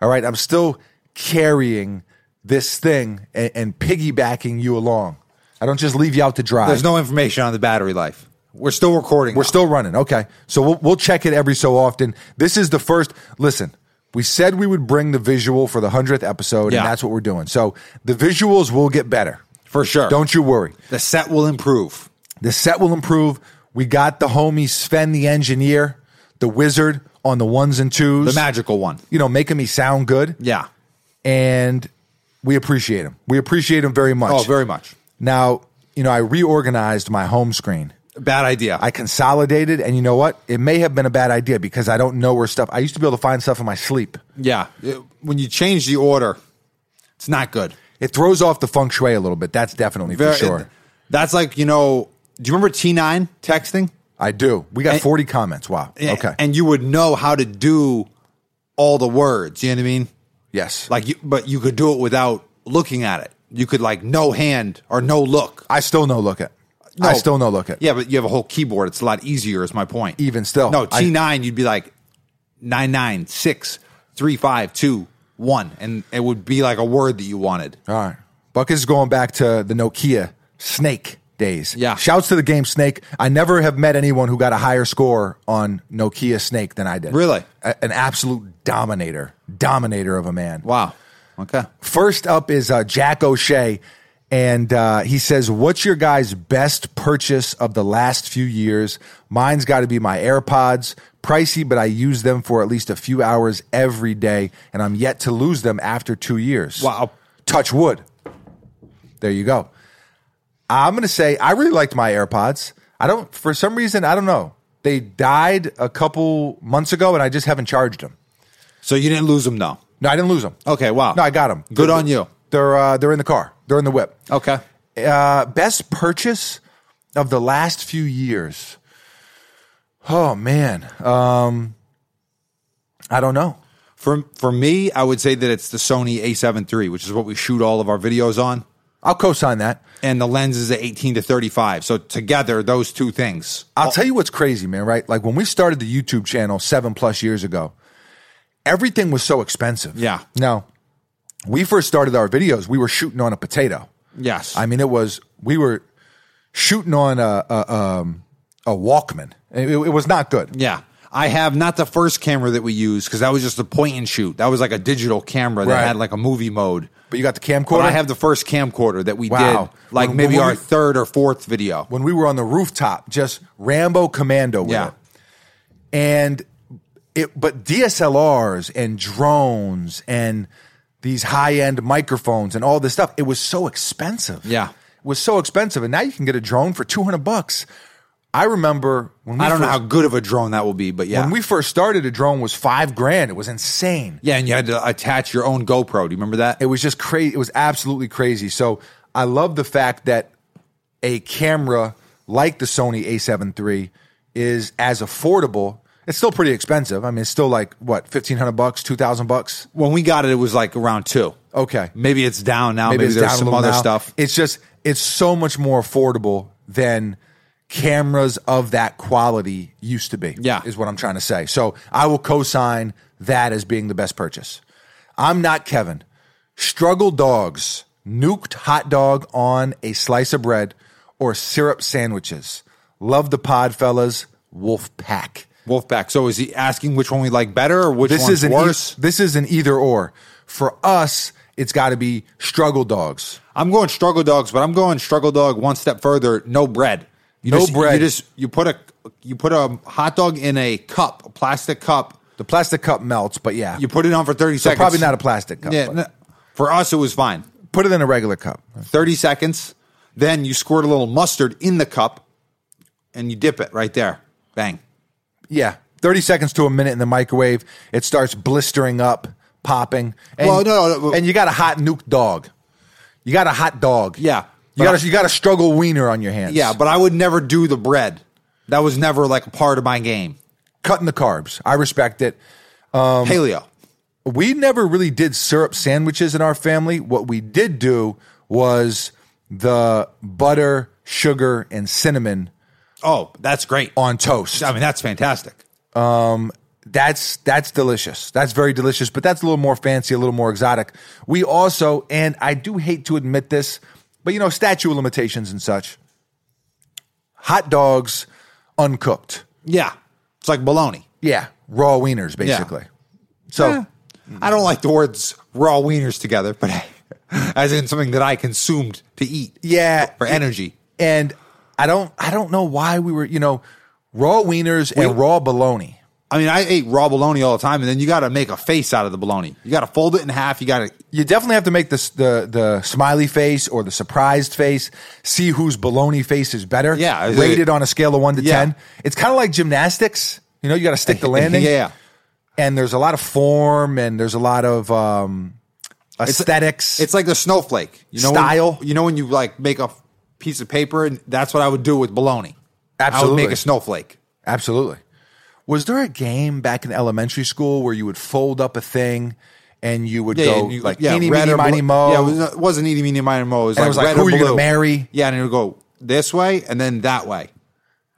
All right. I'm still carrying this thing and, and piggybacking you along. I don't just leave you out to dry.
There's no information on the battery life. We're still recording.
We're still running. Okay. So we'll, we'll check it every so often. This is the first. Listen, we said we would bring the visual for the 100th episode,
Yeah.
and that's what we're doing. So the visuals will get better.
for sure.
Don't you worry.
the set will improve.
The set will improve. We got the homie Sven, the engineer, the wizard on the ones and twos.
The magical one.
you know, making me sound good.
Yeah.
And we appreciate him. We appreciate him very much.
Oh, very much.
Now, you know, I reorganized my home screen.
Bad idea.
I consolidated, and you know what? It may have been a bad idea because I don't know where stuff. I used to be able to find stuff in my sleep.
yeah. It- when you change the order, it's not good.
It throws off the feng shui a little bit. That's definitely
Very-
for sure.
that's like you know. Do you remember T nine texting?
I do. We got
And-
forty comments. Wow. okay.
And you would know how to do all the words. You know what I mean?
yes. Like
Like, you, but you could do it without looking at it. You could like no hand or no look.
I still no look it. I
No.
still no look it.
Yeah, but you have a whole keyboard. It's a lot easier. Is my point.
Even still,
no
I-
T nine. You'd be like nine nine six three five two one, and it would be like a word that you wanted.
All right. Buck is going back to the Nokia Snake days.
Yeah.
Shouts to the game Snake. I never have met anyone who got a higher score on Nokia Snake than I did.
Really?
A- an absolute dominator, dominator of a man.
Wow. Okay.
First up is uh, Jack O'Shea. And uh, he says, What's your guys' best purchase of the last few years? Mine's got to be my AirPods. Pricey, but I use them for at least a few hours every day. And I'm yet to lose them after two years.
Wow.
Touch wood. There you go. I'm going to say I really liked my AirPods. I don't, for some reason, I don't know. They died a couple months ago and I just haven't charged them.
So you didn't lose them though.
No, I didn't lose them.
Okay. Wow.
No, I got them.
Good on you.
They're uh, they're in the car. They're in the whip.
Okay.
Uh, best purchase of the last few years. Oh man, um, I don't know.
For for me, I would say that it's the Sony A7 III, which is what we shoot all of our videos on,
I'll co-sign that.
and the lens is the 18 to 35. So together, those two things.
I'll tell you what's crazy, man. Right, like when we started the YouTube channel seven plus years ago, everything was so expensive.
Yeah.
Now, we first started our videos. We were shooting on a potato.
Yes.
I mean, it was we were shooting on a a, um, a Walkman. It, it was not good.
yeah. I have not the first camera that we used because that was just a point and shoot. That was like a digital camera that
Right.
had like a movie mode.
But you got the camcorder.
But I have the first camcorder that we
Wow.
did, like
When-
maybe
when
our
we-
third or fourth video.
when we were on the rooftop, just Rambo Commando with
Yeah.
it. And it but DSLRs and drones and these high-end microphones and all this stuff, it was so expensive.
Yeah.
It was so expensive. And now you can get a drone for 200 bucks. I remember when we
I don't know
first,
how good of a drone that will be, but yeah.
when we first started, a drone was five grand. It was insane.
yeah, and you had to attach your own GoPro. Do you remember that?
It was just crazy. It was absolutely crazy. So I love the fact that a camera like the Sony A7 III is as affordable. It's still pretty expensive. I mean, it's still like what fifteen hundred bucks, two thousand bucks.
when we got it, it was like around two.
Okay,
Maybe it's down now. Maybe,
it's
there's
down a
some
little
other
now.
stuff.
It's just it's so much more affordable than cameras of that quality used to be.
Yeah.
is what I'm trying to say. So I will co-sign that as being the best purchase. I'm not Kevin. Struggle dogs, nuked hot dog on a slice of bread or syrup sandwiches. Love the pod, fellas. Wolf pack.
Wolfpack. So is he asking which one we like better or which
This
one's
is an e-
worse?
this is an either or. For us, it's got to be struggle dogs.
I'm going struggle dogs, but I'm going struggle dog one step further. No bread. You
No
just, You
bread.
just you put a you put a hot dog in a cup, a plastic cup.
The plastic cup melts, but yeah,
You put it on for 30
So
seconds.
probably not a plastic cup.
Yeah,
but
no. for us it was fine.
put it in a regular cup.
30 seconds. Then you squirt a little mustard in the cup, and you dip it right there. Bang.
Yeah, thirty seconds to a minute in the microwave. It starts blistering up, popping. And,
Well, no, no, no.
and you got a hot nuke dog. You got a hot dog.
Yeah.
you
But
got a, you got a struggle wiener on your hands.
Yeah, but I would never do the bread. That was never like a part of my game.
cutting the carbs. I respect it. Um,
Paleo.
We never really did syrup sandwiches in our family. What we did do was the butter, sugar, and cinnamon
Oh, that's great.
on toast.
I mean, that's fantastic.
That's that's delicious. That's very delicious, but that's a little more fancy, a little more exotic. We also, and I do hate to admit this, but you know, statute of limitations and such. Hot dogs uncooked.
Yeah. It's like bologna.
Yeah, raw wieners basically. So,
Eh, I don't like the words raw wieners together, but as in something that I consumed to eat
yeah,
for energy.
and I don't I don't know why we were, you know, raw wieners and raw bologna.
I mean, I ate raw bologna all the time, and then you got to make a face out of the bologna. You got to fold it in half. You got to
You definitely have to make this the the smiley face or the surprised face. See whose bologna face is better.
Yeah, is it-
rated on a scale of one to
Yeah.
ten. It's kind of like gymnastics. You know, you got to stick the landing.
Yeah,
and there's a lot of form and there's a lot of um, aesthetics.
it's like the snowflake. You know, when-
Style.
you know when you like make a piece of paper, and that's what I would do with bologna. I
Absolutely.
would make a snowflake.
Absolutely. Was there a game back in elementary school where you would fold up a thing and you would go
and you-
like eeny,
red
meeny,
or
miny,
blo-
mo?
Yeah, it, was, uh, it wasn't eeny, meeny, miny, mo. It was,
And
like,
it was like,
red
who
or
are you
blue.
gonna marry?
Yeah, and it would go this way and then that way.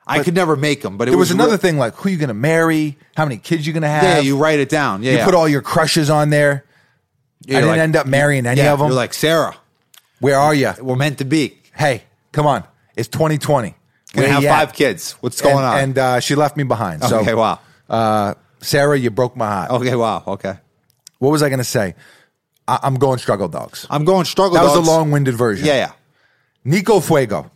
I could never make them, but it
there was another
re-
thing like who you going to marry? How many kids you going to have?
Yeah, you write it down. Yeah,
You
yeah.
put all your crushes on there.
Yeah,
I
you're
didn't
like-
end up marrying any
yeah,
of them.
You're like Sarah.
Where are you?
We're meant to be.
Hey, come on. It's 2020.
We
Where
have
you at?
five kids. What's going
and,
on?
And uh, she left me behind. So,
okay, wow.
uh, Sarah, you broke my heart.
Okay, wow. Okay,
What was I going to say? I- I'm going struggle dogs.
I'm going struggle.
That was a
dogs.
long winded version.
Yeah, yeah.
Nico Fuego.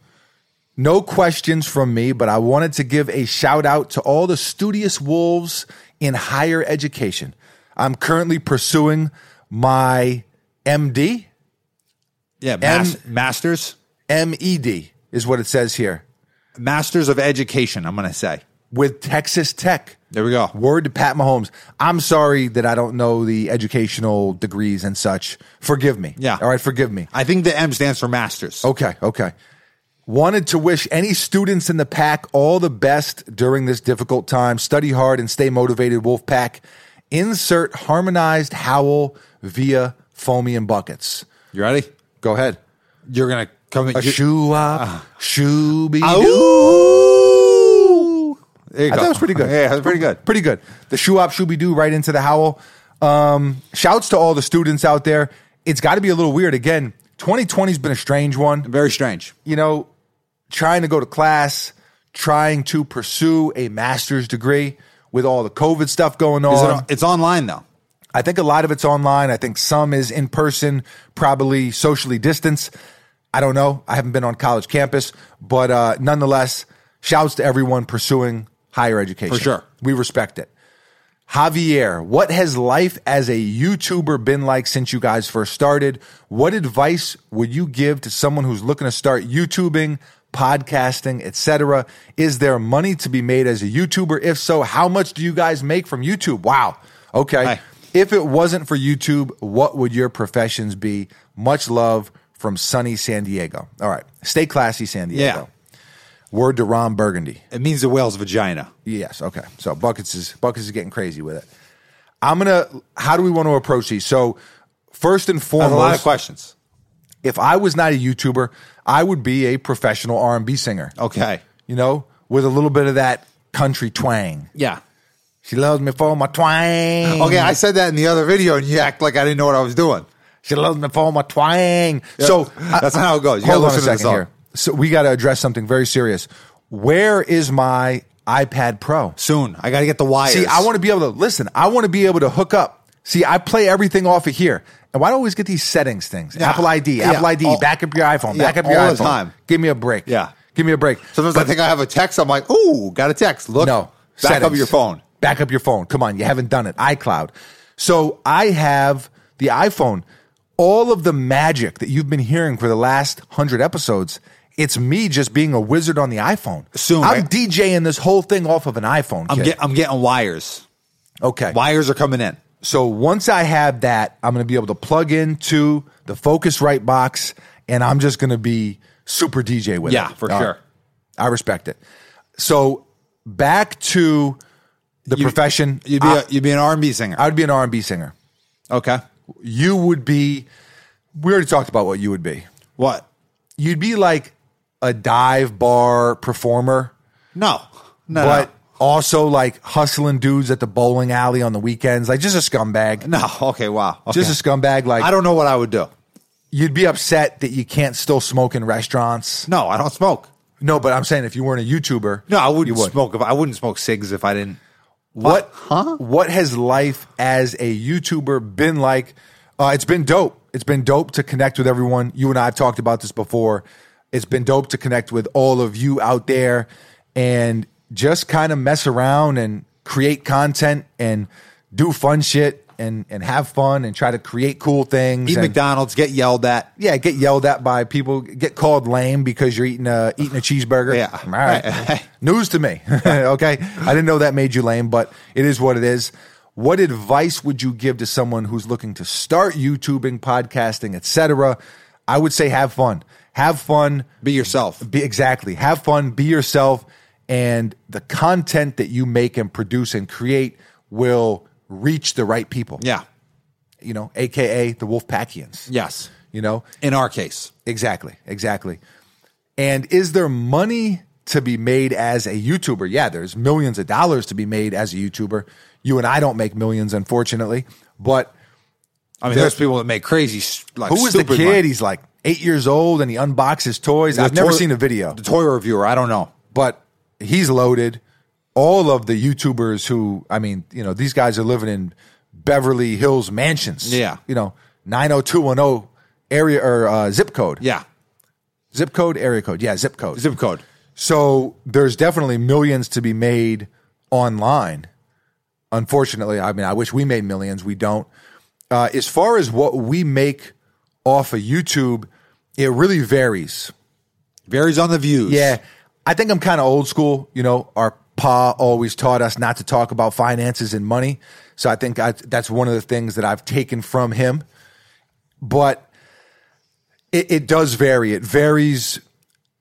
No questions from me, but I wanted to give a shout out to all the studious wolves in higher education. I'm currently pursuing my MD.
Yeah, mas- masters,
MED E is what it says here
masters of education. I'm gonna say.
with Texas Tech.
There we go.
Word to Pat Mahomes. I'm sorry that I don't know the educational degrees and such. Forgive me.
Yeah.
All right, forgive me.
I think the M stands for masters.
Okay, okay. Wanted to wish any students in the pack all the best during this difficult time. Study hard and stay motivated, Wolfpack. Insert harmonized howl via foamy and buckets.
You ready?
Go ahead.
You're gonna come.
A
you- Ah.
shoe up, shoe be
Ooh. There you
I
go.
thought it was pretty good.
Yeah, it was pretty good.
Pretty good. The shoe up, shoe be doo right into the howl. Um, shouts to all the students out there. It's got to be a little weird. Again, 2020's been a strange one.
Very strange.
you know, trying to go to class, trying to pursue a master's degree with all the COVID stuff going
Is it
on.
on- it's online though.
I think a lot of it's online. I think some is in person, probably socially distanced. I don't know. I haven't been on college campus, but uh, nonetheless, shouts to everyone pursuing higher education.
For sure.
We respect it. Javier, what has life as a YouTuber been like since you guys first started? What advice would you give to someone who's looking to start YouTubing, podcasting, etc.? Is there money to be made as a YouTuber? If so, how much do you guys make from YouTube? Wow. Okay.
Hi.
If it wasn't for YouTube, what would your professions be? Much love from sunny San Diego. All right. Stay classy, San Diego. Word to Ron Burgundy.
It means the whale's vagina.
Yes. Okay. So buckets is buckets is getting crazy with it. I'm gonna. How do we want to approach these? So first and
That's a lot of
foremost,
questions.
if I was not a YouTuber, I would be a professional R&B singer.
Okay.
You know, with a little bit of that country twang.
Yeah.
She loves me for my twang.
Okay, I said that in the other video, and you act like I didn't know what I was doing.
She loves me for my twang. So uh,
That's not how it goes. You
hold on
gotta
a
listen to the
second
song.
here. So we got to address something very serious. Where is my iPad Pro?
Soon, I got to get the wires.
See, I want to be able to listen. I want to be able to hook up. See, I play everything off of here. And why do I always get these settings things?
Yeah.
Apple ID,
Yeah.
Apple ID,
All-
back up your iPhone, back
Yeah,
up your
all
iPhone.
the time.
Give me a break.
Yeah.
Give me a break.
Sometimes I think I have a text. I'm like, ooh, got a text. Look,
No.
back up
Settings.
your phone.
Back up your phone. Come on, you haven't done it. iCloud. So I have the iPhone. All of the magic that you've been hearing for the last hundred episodes, it's me just being a wizard on the iPhone.
Soon,
I'm
right?
DJing this whole thing off of an iPhone.
I'm,
kid.
get, I'm getting wires.
okay.
Wires are coming in.
So once I have that, I'm going to be able to plug into the Focusrite box, and I'm just going to be super DJ with it.
Yeah, for
All
sure.
right. I respect it. So back to the profession.
You'd be
I
a, you'd be an R&B singer.
I would be an R&B singer.
okay.
You would be. We already talked about what you would be.
What?
You'd be like a dive bar performer,
No. No.
but
no.
Also, like hustling dudes at the bowling alley on the weekends, like just a scumbag,
No, okay, wow. Okay.
just a scumbag. Like
I don't know what I would do.
you'd be upset that you can't still smoke in restaurants.
No, I don't smoke.
No, but I'm saying if you weren't a YouTuber,
No, I wouldn't
You would.
smoke if I wouldn't smoke cigs if I didn't.
What?
Huh?
What has life as a YouTuber been like? Uh, it's been dope. It's been dope to connect with everyone. You and I have talked about this before. It's been dope to connect with all of you out there and just kind of mess around and create content and do fun shit and and have fun and try to create cool things.
Eat
and-
McDonald's, get yelled at.
yeah, get yelled at by people, get called lame because you're eating a eating a cheeseburger.
Yeah.
all right, news to me. okay, I didn't know that made you lame, but it is what it is. What advice would you give to someone who's looking to start YouTubing, podcasting, etc.? I would say have fun. Have fun.
Be yourself.
Be exactly. Have fun. Be yourself, and the content that you make and produce and create will reach the right people.
Yeah.
you know, aka the Wolfpackians.
Yes.
You know,
In our case.
Exactly, exactly. And is there money to be made as a YouTuber? Yeah, there's millions of dollars to be made as a YouTuber. You and I don't make millions, unfortunately. But
I mean, there's people that make crazy, s- like
who is the
stupid
kid?
money.
He's like eight years old and he unboxes toys.
The
I've never
toy-
seen a video,
The toy reviewer. I don't know.
but he's loaded. All of the YouTubers who, I mean, you know, these guys are living in Beverly Hills mansions.
Yeah.
You know, 90210 area or uh, zip code.
Yeah.
Zip code, area code. Yeah, zip code.
Zip code.
So there's definitely millions to be made online. Unfortunately, I mean, I wish we made millions. We don't. Uh, as far as what we make off of YouTube, it really varies.
Varies on the views.
Yeah. I think I'm kind of old school. You know, our pa always taught us not to talk about finances and money. So I think I, that's one of the things that I've taken from him. But it, it does vary. It varies.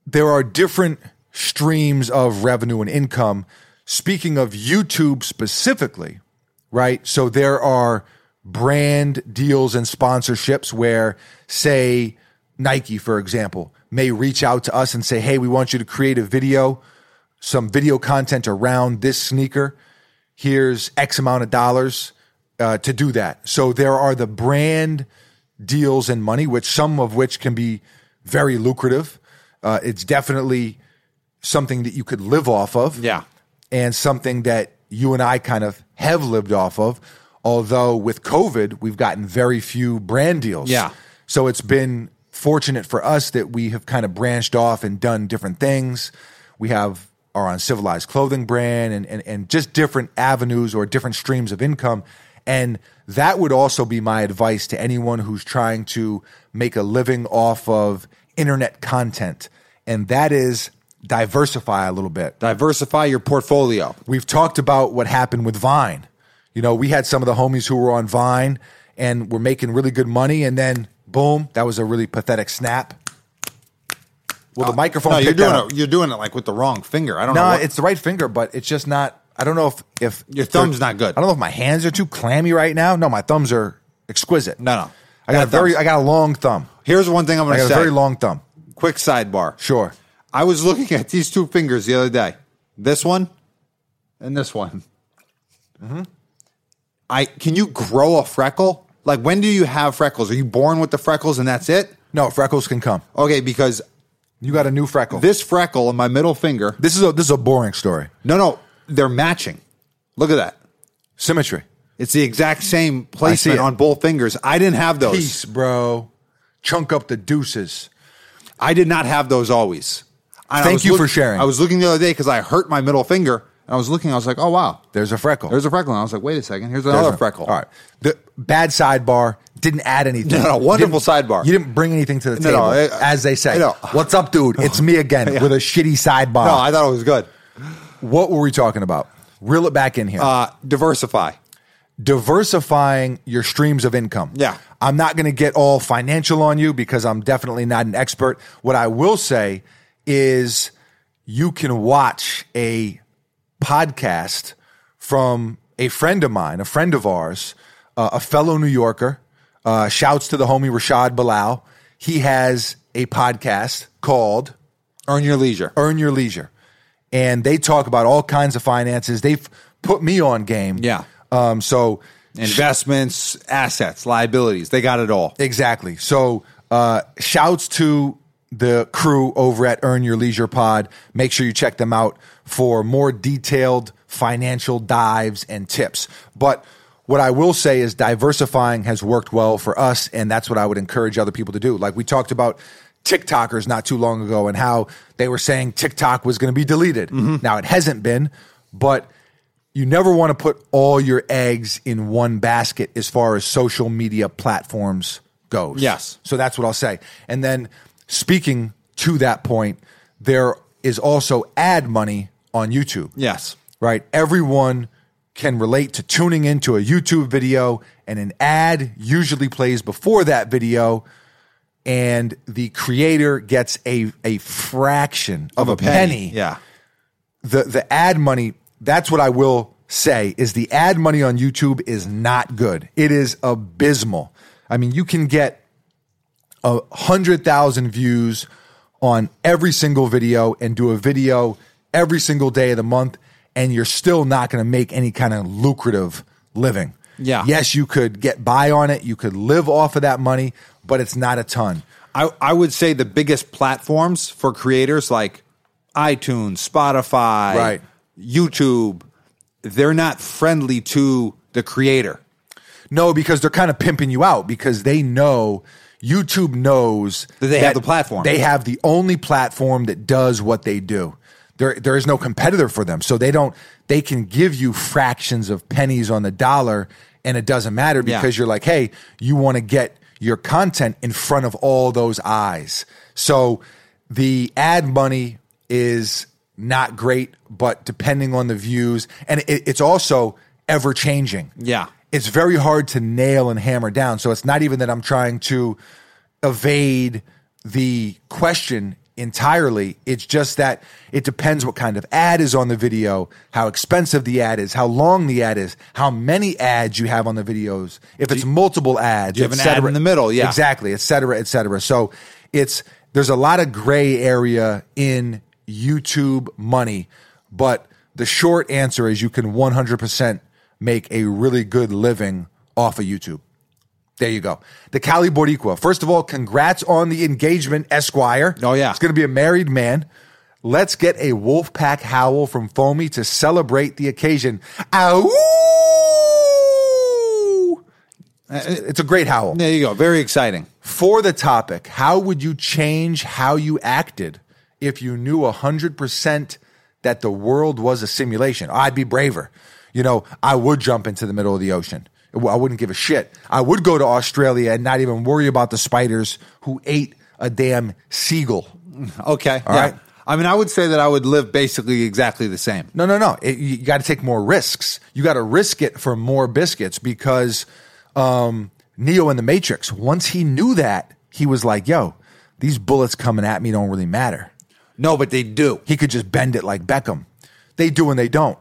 There are different streams of revenue and income. Speaking of YouTube specifically, right? So there are brand deals and sponsorships where, say, Nike, for example, may reach out to us and say, hey, we want you to create a video, some video content around this sneaker. Here's X amount of dollars uh, to do that. So there are the brand deals and money, which some of which can be very lucrative. Uh, it's definitely something that you could live off of
Yeah.
and something that you and I kind of have lived off of. Although with COVID, we've gotten very few brand deals.
Yeah.
So it's been fortunate for us that we have kind of branched off and done different things. We have our uncivilized clothing brand and, and, and just different avenues or different streams of income. And that would also be my advice to anyone who's trying to make a living off of internet content. And that is diversify a little bit
Diversify your portfolio.
we've talked about what happened with Vine. You know, we had some of the homies who were on Vine and were making really good money, and then boom, that was a really pathetic snap. Well, the microphone.
No, you're
picked that
doing
up.
it. You're doing it like with the wrong finger. I don't know.
No,
what-
it's the right finger, but it's just not. I don't know if if
Your thumb's not good.
I don't know if my hands are too clammy right now. No, my thumbs are exquisite.
No, no.
I got a
Bad
very.
thumbs.
I got a long thumb.
Here's one thing I'm
I
going to
got
say.
a very long thumb.
Quick sidebar.
Sure.
I was looking at these two fingers the other day. This one and this one. Mm-hmm. I can you grow a freckle? Like when do you have freckles? Are you born with the freckles and that's it?
No freckles can come.
Okay, because
You got a new freckle. This,
this freckle on my middle finger.
is a this is a boring story.
No, no, they're matching. Look at that.
Symmetry.
It's the exact same placement
it.
on both fingers. I didn't have those.
Peace, bro. Chunk up the deuces.
I did not have those always. And I
Thank
was
you for sharing.
I was looking the other day because I hurt my middle finger, and I was looking. I was like, "Oh wow,
There's a freckle.
there's a freckle." And I was like, "Wait a second, here's another
There's a-
freckle."
All right. The bad sidebar didn't add anything.
No, no,
You
wonderful
didn't-
sidebar.
You didn't bring anything to the
No,
table,
no, I- I-
as they say.
I know.
What's up, dude? It's me again with a shitty sidebar.
No, I thought it was good.
what were we talking about? Reel it back in here.
Uh, diversify.
Diversifying your streams of income.
Yeah.
I'm not going to get all financial on you because I'm definitely not an expert. What I will say is you can watch a podcast from a friend of mine, a friend of ours, uh, a fellow New Yorker. Uh, shouts to the homie Rashad Bilal. He has a podcast called
Earn your leisure.
Earn Your Leisure. and they talk about all kinds of finances. They've put me on game.
Yeah.
Um, so
Investments, assets, liabilities, they got it all.
Exactly. So, uh, shouts to the crew over at Earn Your Leisure Pod. Make sure you check them out for more detailed financial dives and tips. But what I will say is diversifying has worked well for us, and that's what I would encourage other people to do. Like we talked about TikTokers not too long ago and how they were saying TikTok was going to be deleted. Now it hasn't been, but you never want to put all your eggs in one basket as far as social media platforms goes.
Yes.
So that's what I'll say. And then speaking to that point, there is also ad money on YouTube.
Yes.
Right? Everyone can relate to tuning into a YouTube video and an ad usually plays before that video and the creator gets a a fraction of, a, penny
Yeah.
the the ad money that's what i will say is the ad money on youtube is not good it is abysmal i mean you can get a hundred thousand views on every single video and do a video every single day of the month and you're still not going to make any kind of lucrative living
Yeah.
yes you could get by on it you could live off of that money but it's not a ton
I, I would say the biggest platforms for creators like iTunes, Spotify,
Right.
YouTube, they're not friendly to the creator.
No, because they're kind of pimping you out because they know YouTube knows
That they have the platform.
They have the only platform that does what they do. There, there is no competitor for them, so they don't. They can give you fractions of pennies on the dollar, and it doesn't matter
Yeah.
because you're like, hey, you want to get your content in front of all those eyes. So the ad money is not great, but depending on the views, and it, it's also ever changing
Yeah.
it's very hard to nail and hammer down. So it's not even that I'm trying to evade the question entirely. It's just that it depends what kind of ad is on the video, how expensive the ad is, how long the ad is, how many ads you have on the videos, if it's multiple ads,
you have an
et
ad
cetera.
in the middle? Yeah.
exactly, et cetera, et cetera. So it's there's a lot of gray area in YouTube money, but the short answer is you can 100% make a really good living off of YouTube. There you go. The Cali Boricua. First of all, congrats on the engagement, Esquire.
Oh, yeah.
It's going to be a married man. Let's get a wolf pack howl from Foamy to celebrate the occasion. Ow!
Uh,
It's it's a great howl.
There you go. Very exciting.
For the topic, how would you change how you acted if you knew 100% that the world was a simulation? I'd be braver. You know, I would jump into the middle of the ocean. I wouldn't give a shit. I would go to Australia and not even worry about the spiders who ate a damn seagull.
Okay.
All
yeah.
right.
I mean, I would say that I would live basically exactly the same.
No, no, no. It, you got to take more risks. You got to risk it for more biscuits because um, Neo in the Matrix, once he knew that, he was like, yo, these bullets coming at me don't really matter.
No, but they do.
He could just bend it like Beckham. They do and they don't.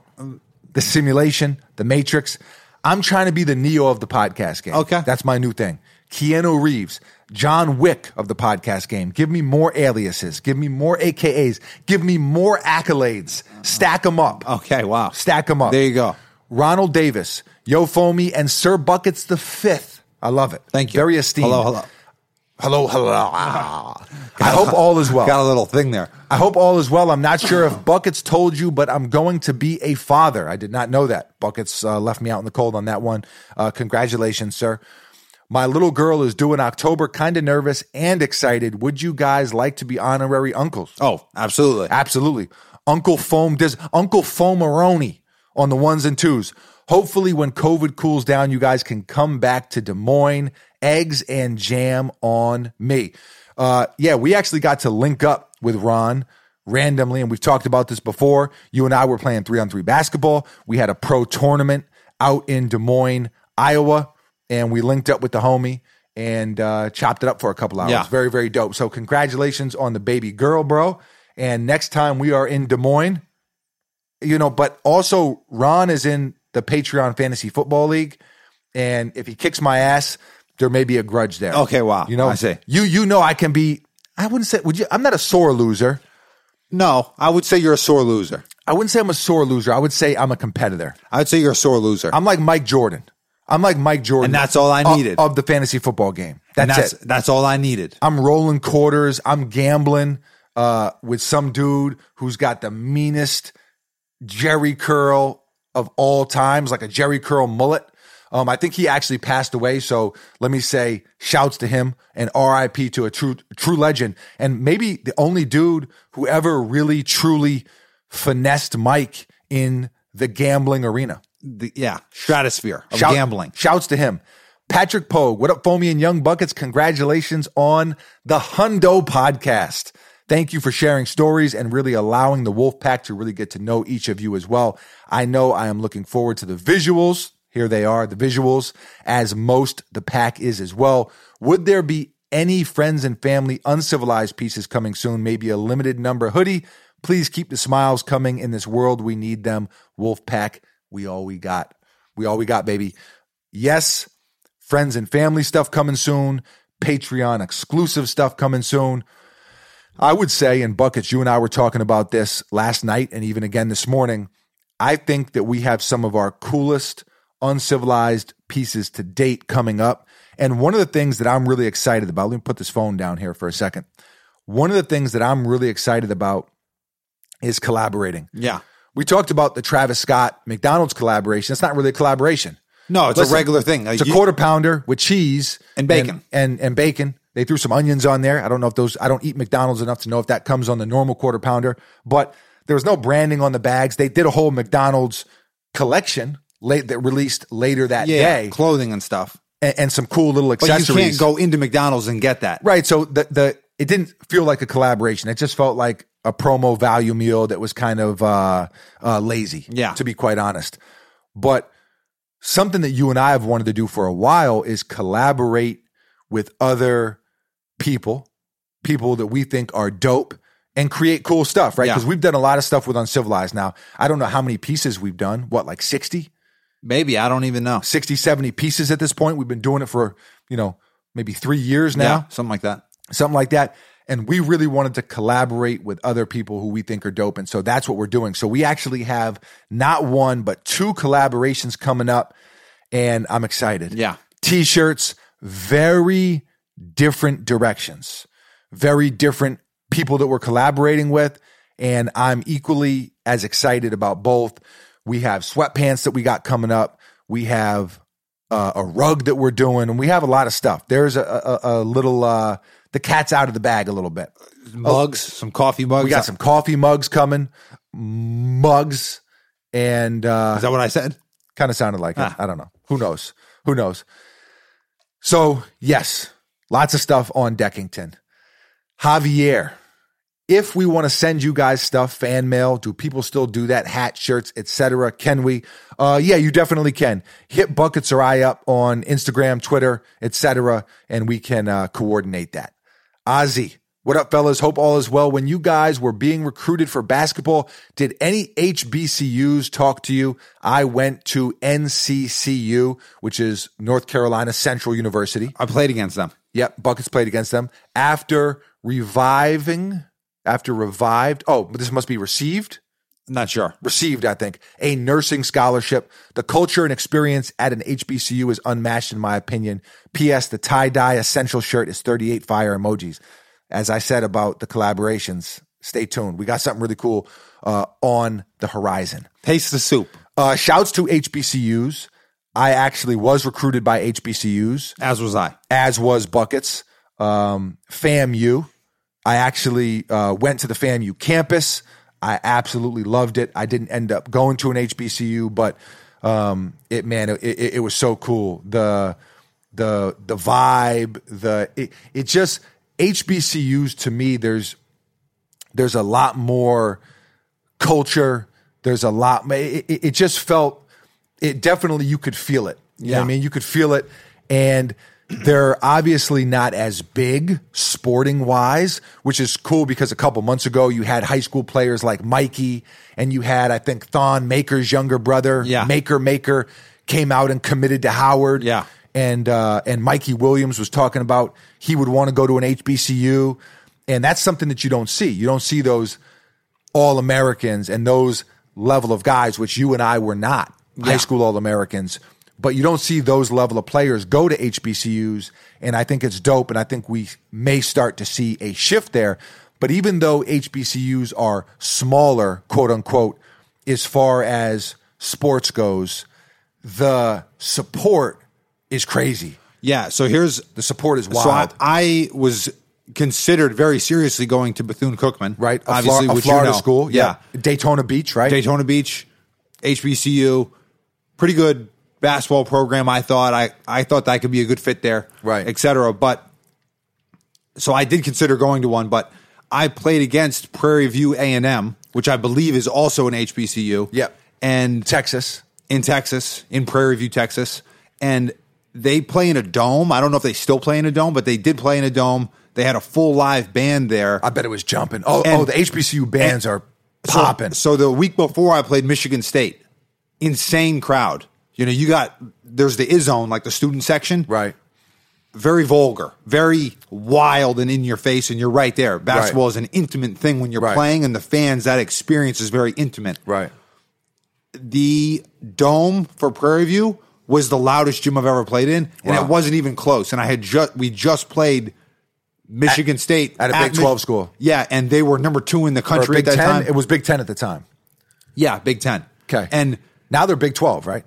The simulation, the Matrix. I'm trying to be the Neo of the podcast game.
Okay.
That's my new thing. Keanu Reeves, John Wick of the podcast game. Give me more aliases. Give me more AKAs. Give me more accolades. Stack them up.
Okay. Wow.
Stack them up.
Oh. There you go.
Ronald Davis, Yo Foamy, and Sir Buckets the Fifth. I love it.
Thank you.
Very esteemed.
Hello, hello.
Hello, hello. I hope all is well.
Got a little thing there.
I hope all is well. I'm not sure if Buckets told you, but I'm going to be a father. I did not know that. Buckets uh, left me out in the cold on that one. Uh, congratulations, sir. My little girl is due in October, kind of nervous and excited. Would you guys like to be honorary uncles?
Oh, absolutely.
Absolutely. Uncle Foam does Uncle Foamaroni on the ones and twos. Hopefully when COVID cools down, you guys can come back to Des Moines. Eggs and jam on me. Uh yeah, we actually got to link up with Ron randomly, and we've talked about this before. You and I were playing three on three basketball. We had a pro tournament out in Des Moines, Iowa, and we linked up with the homie and uh, chopped it up for a couple hours.
Yeah.
Very, very dope. So congratulations on the baby girl, bro. And next time we are in Des Moines, you know, but also Ron is in the Patreon Fantasy Football League. And if he kicks my ass, there may be a grudge there.
Okay, wow.
You know,
I see.
You you know I can be I wouldn't say would you I'm not a sore loser,
No, I would say you're a sore loser.
I wouldn't say I'm a sore loser. I would say I'm a competitor.
I would say you're a sore loser.
I'm like Mike Jordan. I'm like Mike Jordan.
And that's all I
of-
needed.
Of, the fantasy football game.
And
That's,
oh, that's
it.
that's all I needed.
I'm rolling quarters. I'm gambling uh, with some dude who's got the meanest Jerry curl of all times, like a Jerry curl mullet. Um, I think he actually passed away. So let me say shouts to him and RIP to a true true legend. And maybe the only dude who ever really truly finessed Mike in the gambling arena.
The- yeah, stratosphere of
Shout-
gambling.
Shouts to him. Patrick Pogue, what up, Foamy and Young Buckets? Congratulations on the Hundo podcast. Thank you for sharing stories and really allowing the Wolf Pack to really get to know each of you as well. I know I am looking forward to the visuals. Here they are, the visuals, as most the pack is as well. Would there be any friends and family uncivilized pieces coming soon? Maybe a limited number hoodie. Please keep the smiles coming in this world. We need them. Wolf Pack, we all we got. We all we got, baby. Yes, friends and family stuff coming soon, Patreon exclusive stuff coming soon. I would say, in Buckets, you and I were talking about this last night and even again this morning. I think that we have some of our coolest uncivilized pieces to date coming up. And one of the things that I'm really excited about, let me put this phone down here for a second. One of the things that I'm really excited about is collaborating.
Yeah.
We talked about the Travis Scott McDonald's collaboration. It's not really a collaboration.
No, it's
Listen,
a regular thing. Like
It's a
you-
quarter pounder with cheese
And bacon.
and, and and bacon. They threw some onions on there. I don't know if those. I don't eat McDonald's enough to know if that comes on the normal quarter pounder. But there was no branding on the bags. They did a whole McDonald's collection late that released later that
yeah,
day,
clothing and stuff.
and, and some cool little
But
accessories.
you can't go into McDonald's and get that.
Right. So the the it didn't feel like a collaboration. It just felt like a promo value meal that was kind of uh, uh, lazy.
Yeah.
To be quite honest, but something that you and I have wanted to do for a while is collaborate with other people, people that we think are dope, and create cool stuff. Right.
Yeah.
Because we've done a lot of stuff with Uncivilized. Now I don't know how many pieces we've done. What like sixty?
Maybe I don't even know.
60, 70 pieces at this point. We've been doing it for you know maybe three years now
yeah, something like that.
something like that. And we really wanted to collaborate with other people who we think are dope. And so that's what we're doing. So we actually have not one, but two collaborations coming up. And I'm excited.
Yeah.
T shirts, very different directions, very different people that we're collaborating with. And I'm equally as excited about both. We have sweatpants that we got coming up. We have uh, a rug that we're doing, and we have a lot of stuff. There's a, a, a little, uh, the cat's out of the bag a little bit.
Mugs, Oh. some coffee mugs.
We got some coffee mugs coming, mugs, and uh,
Is that what I said?
kind of sounded like
Ah.
it. I don't know. Who knows? Who knows? So, yes, lots of stuff on Deckington. Javier, if we want to send you guys stuff, fan mail, do people still do that? Hat, shirts, etc. Can we? Uh, yeah, you definitely can. Hit buckets or I up on Instagram, Twitter, etc., and we can uh, coordinate that. Ozzy, what up, fellas? Hope all is well. When you guys were being recruited for basketball, did any HBCUs talk to you? I went to NCCU, which is North Carolina Central University.
I played against them.
Yep, Buckets played against them after reviving. After revived, oh, but this must be received.
Not sure.
Received, I think, a nursing scholarship. The culture and experience at an HBCU is unmatched, in my opinion. P.S. The tie dye essential shirt is 38 fire emojis. As I said about the collaborations, stay tuned. We got something really cool uh, on the horizon.
Taste the soup,
Uh, shouts to HBCUs. I actually was recruited by HBCUs
as was I.
as was Buckets. Um, FAMU. I actually uh, went to the FAMU campus. I absolutely loved it. I didn't end up going to an HBCU, but um, it man, it, it, it was so cool. The the the vibe, the it, it just HBCUs to me. There's there's a lot more culture. There's a lot. It, it, it just felt. It definitely you could feel it. You know what I
Yeah.
mean, you could feel it, and they're obviously not as big sporting wise, which is cool because a couple months ago you had high school players like Mikey, and you had I think Thon Maker's younger brother,
Yeah.
Maker Maker, came out and committed to Howard,
Yeah.
and uh, and Mikey Williams was talking about he would want to go to an HBCU, and that's something that you don't see. You don't see those all Americans and those level of guys, which you and I were not high school all Americans, but you don't see those level of players go to HBCUs. And I think it's dope. And I think we may start to see a shift there. But even though HBCUs are smaller, quote unquote, as far as sports goes, the support is crazy.
Yeah. So here's
The support is wild.
So I, I was considered very seriously going to Bethune Cookman,
right? A, Flo-
Obviously,
a
which you
Florida
know.
school. Yeah. Daytona Beach, right?
Daytona Beach, HBCU, pretty good basketball program. I thought I I thought that I could be a good fit there,
Right.
Et cetera. But so I did consider going to one, but I played against Prairie View A and M, which I believe is also an HBCU.
Yep.
and
Texas.
in Texas, in Prairie View, Texas, and they play in a dome. I don't know if they still play in a dome, but they did play in a dome. They had a full live band there.
I bet it was jumping. Oh,
And-
oh, the HBCU bands are
So-
popping.
So, the week before I played Michigan State, insane crowd. You know, you got there's the is zone, like the student section,
right.
very vulgar, very wild and in your face, and you're right there. Basketball
Right.
is an intimate thing when you're
Right.
playing, and the fans, that experience is very intimate.
Right.
The dome for Prairie View was the loudest gym I've ever played in, and
Wow.
it wasn't even close. And I had just we just played Michigan State
at a Big
Mi-
12 school.
yeah, and they were number two in the
Or
country
Big
at that
Ten.
time.
It was Big Ten at the time.
yeah, Big Ten.
Okay.
and
Now they're Big Twelve, right?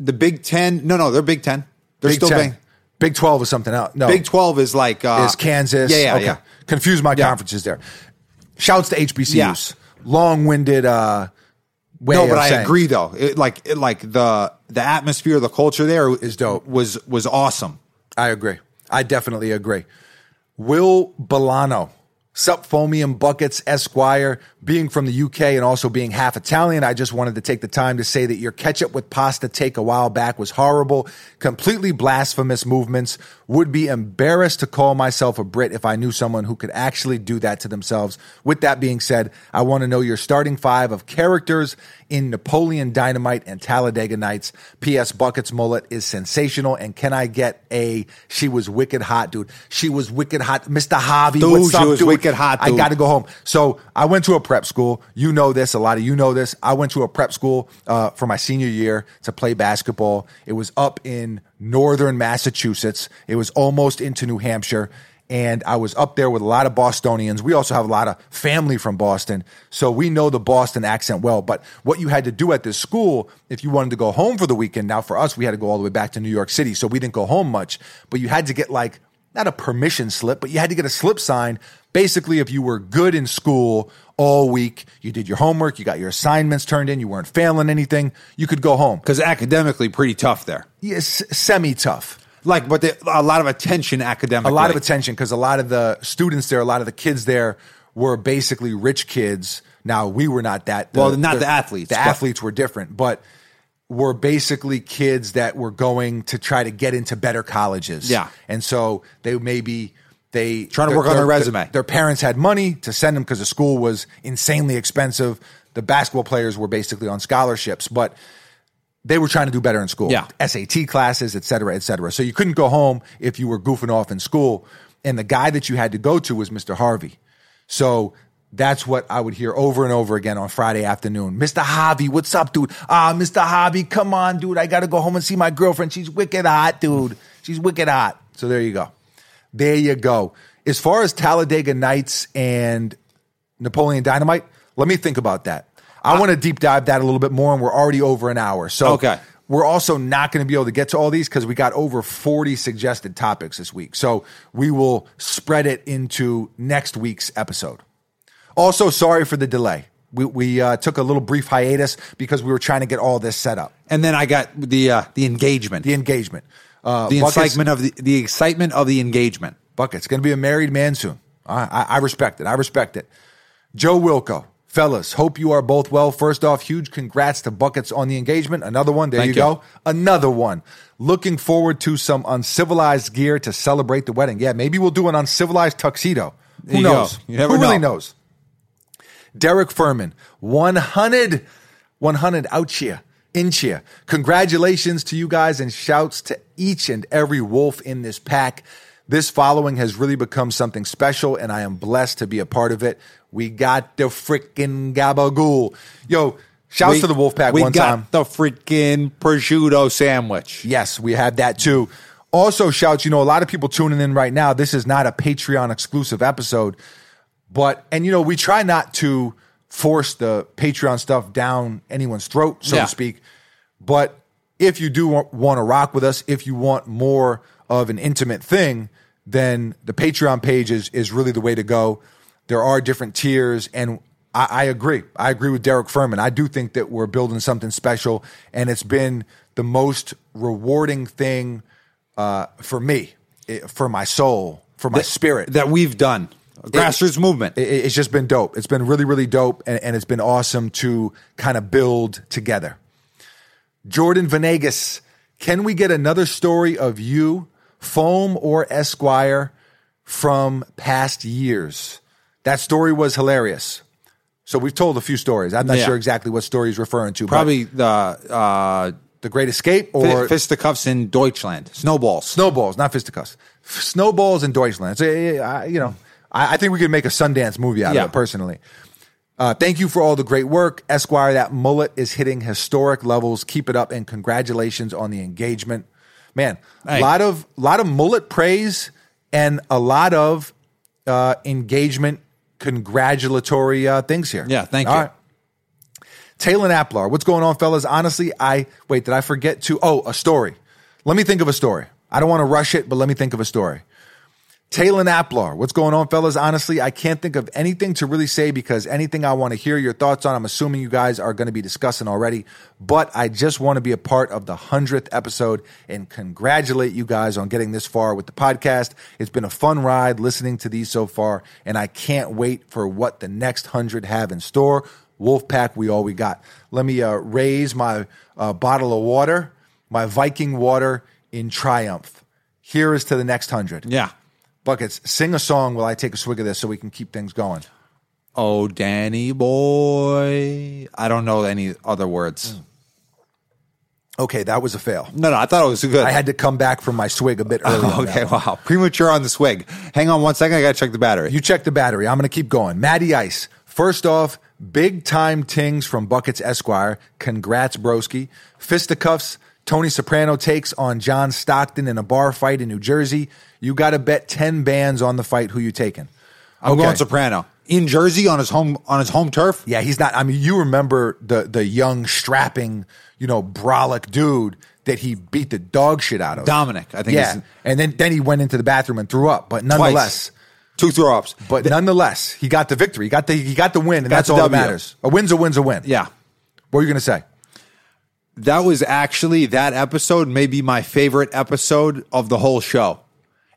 the Big Ten. No, no, they're Big Ten. They're
Big
still
Ten.
Big.
Big Twelve is something else. No,
Big Twelve is like uh,
is Kansas.
Yeah, yeah,
okay.
yeah.
Confuse my conferences there. Shouts to HBCUs.
Yeah.
Long-winded. uh way
No, but
of
I
saying.
agree though. It, like, it, like the the atmosphere, the culture there is
dope.
Was was awesome.
I agree. I definitely agree. Will Bolano, Supfomium Buckets Esquire, being from the UK and also being half Italian, I just wanted to take the time to say that your ketchup with pasta take a while back was horrible. Completely blasphemous movements. Would be embarrassed to call myself a Brit if I knew someone who could actually do that to themselves. With that being said, I want to know your starting five of characters in Napoleon Dynamite and Talladega Nights. P.S. Bucket's mullet is sensational. And can I get a? She was wicked hot, dude. She was wicked hot, Mr. Harvey.
Dude,
what's
she
up,
was
dude?
wicked hot,
I
dude.
got to go home. So I went to a prep school. You know this. A lot of you know this. I went to a prep school uh, for my senior year to play basketball. It was up in northern Massachusetts. It was almost into New Hampshire. And I was up there with a lot of Bostonians. We also have a lot of family from Boston. So we know the Boston accent well. But what you had to do at this school, if you wanted to go home for the weekend, now for us, we had to go all the way back to New York City. So we didn't go home much, but you had to get like not a permission slip, but you had to get a slip signed. Basically, if you were good in school all week, you did your homework, you got your assignments turned in, you weren't failing anything, you could go home.
Because academically, pretty tough there.
Yes, semi tough.
Like, but they, a lot of attention academically.
A lot of attention because a lot of the students there, a lot of the kids there were basically rich kids. Now we were not that.
Well, not the athletes,
The
but-
athletes were different, but were basically kids that were going to try to get into better colleges.
Yeah.
and so they maybe they
Trying to work on their resume.
Their parents had money to send them because the school was insanely expensive. The basketball players were basically on scholarships, but they were trying to do better in school.
Yeah.
SAT classes, et cetera, et cetera. So you couldn't go home if you were goofing off in school. And the guy that you had to go to was Mr. Harvey. So that's what I would hear over and over again on Friday afternoon. Mr. Harvey, what's up, dude? Ah, Mr. Harvey, come on, dude. I got to go home and see my girlfriend. She's wicked hot, dude. She's wicked hot. So there you go. There you go. As far as Talladega Nights and Napoleon Dynamite, let me think about that. I want to deep dive that a little bit more, and we're already over an hour. So
Okay.
we're also not going to be able to get to all these because we got over 40 suggested topics this week. So we will spread it into next week's episode. Also, sorry for the delay. We, we uh, took a little brief hiatus because we were trying to get all this set up.
and then I got the uh, the engagement,
The
the,
engagement. Uh, Buckets-
excitement of the the excitement of the engagement.
Bucket's going to be a married man soon. I, I, I respect it. I respect it. Joe Wilco, fellas, hope you are both well. First off, huge congrats to Buckets on the engagement. Another one. There
Thank
you
you.
go. Another one. Looking forward to some uncivilized gear to celebrate the wedding. Yeah, maybe we'll do an uncivilized tuxedo. Who
There you go.
knows?
You never
Who really
know.
knows? Derek Furman, 100, 100 out here, inch here. Congratulations to you guys and shouts to each and every wolf in this pack. This following has really become something special, and I am blessed to be a part of it. We got the freaking gabagool. Yo, shouts to the Wolfpack
we
one
got
time.
the freaking prosciutto sandwich.
Yes, we had that too. Also, shouts, you know, a lot of people tuning in right now. This is not a Patreon exclusive episode, but, and, you know, we try not to force the Patreon stuff down anyone's throat, so
Yeah.
to speak. But if you do want to rock with us, if you want more of an intimate thing, then the Patreon page is, is really the way to go. There are different tiers, and I, I agree. I agree with Derek Furman. I do think that we're building something special, and it's been the most rewarding thing uh, for me, it- for my soul, for my spirit
that we've done. A grassroots movement.
it- it- it's just been dope. It's been really, really dope, and, and it's been awesome to kind of build together. Jordan Venegas, can we get another story of you, Foam or Esquire, from past years? That story was hilarious. So we've told a few stories. I'm not
Yeah.
sure exactly what story he's referring to. but
Probably the uh,
the Great Escape or
fi- fisticuffs in Deutschland. Snowballs.
snowballs, not fisticuffs. F- Snowballs in Deutschland. So, eh, I- you know, I, I think we could make a Sundance movie out
Yeah.
of it personally. Uh, thank you for all the great work, Esquire. That mullet is hitting historic levels. Keep it up, and congratulations on the engagement, man. A
Hey.
lot of lot of mullet praise and a lot of uh, engagement congratulatory uh, things here.
Yeah, thank you.
Taylor Applar, what's going on, fellas? Honestly, I wait. Did I forget to? Oh, a story. Let me think of a story. I don't want to rush it, but let me think of a story. Taylor Applar, what's going on, fellas? Honestly, I can't think of anything to really say because anything I want to hear your thoughts on, I'm assuming you guys are going to be discussing already. But I just want to be a part of the hundredth episode and congratulate you guys on getting this far with the podcast. It's been a fun ride listening to these so far, and I can't wait for what the next hundred have in store. Wolfpack, we all we got. Let me uh, raise my uh, bottle of water, my Viking water, in triumph. Here is to the next hundred.
Yeah.
Buckets, sing a song while I take a swig of this so we can keep things going.
Oh, Danny boy. I don't know any other words.
Hmm. Okay, that was a fail.
No, no, I thought it was good.
I had to come back from my swig a bit early. on that
Oh, okay,
one.
wow. Premature on the swig. Hang on one second. I got to check the battery.
You check the battery. I'm going to keep going. Matty Ice. First off, big time tings from Buckets Esquire. Congrats, broski. Fisticuffs. Tony Soprano takes on John Stockton in a bar fight in New Jersey. You got to bet 10 bands on the fight. Who you taking?
I'm
Okay.
going Soprano. In Jersey on his home on his home turf.
Yeah, he's not. I mean, you remember the the young, strapping, you know, brolic dude that he beat the dog shit out of.
Dominic, I think
Yeah,
is-
and then then he went into the bathroom and threw up. But
Twice.
nonetheless,
Two throw ups.
but nonetheless, he got the victory. He got the he got the win, and
Got
that's
the
all
W.
that matters. A win's a win's a win.
Yeah.
What are you gonna say?
That was actually that episode may be my favorite episode of the whole show.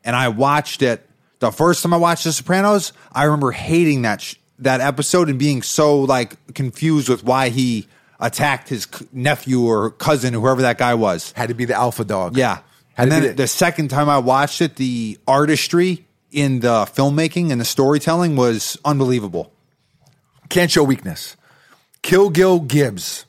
And I watched it the first time I watched The Sopranos, I remember hating that sh- that episode and being so like confused with why he attacked his c- nephew or cousin whoever that guy was.
Had to be the alpha dog.
Yeah.
Had
and
to be
then
the-
the second time I watched it, the artistry in the filmmaking and the storytelling was unbelievable.
Can't show weakness. Kilgill Gibbs.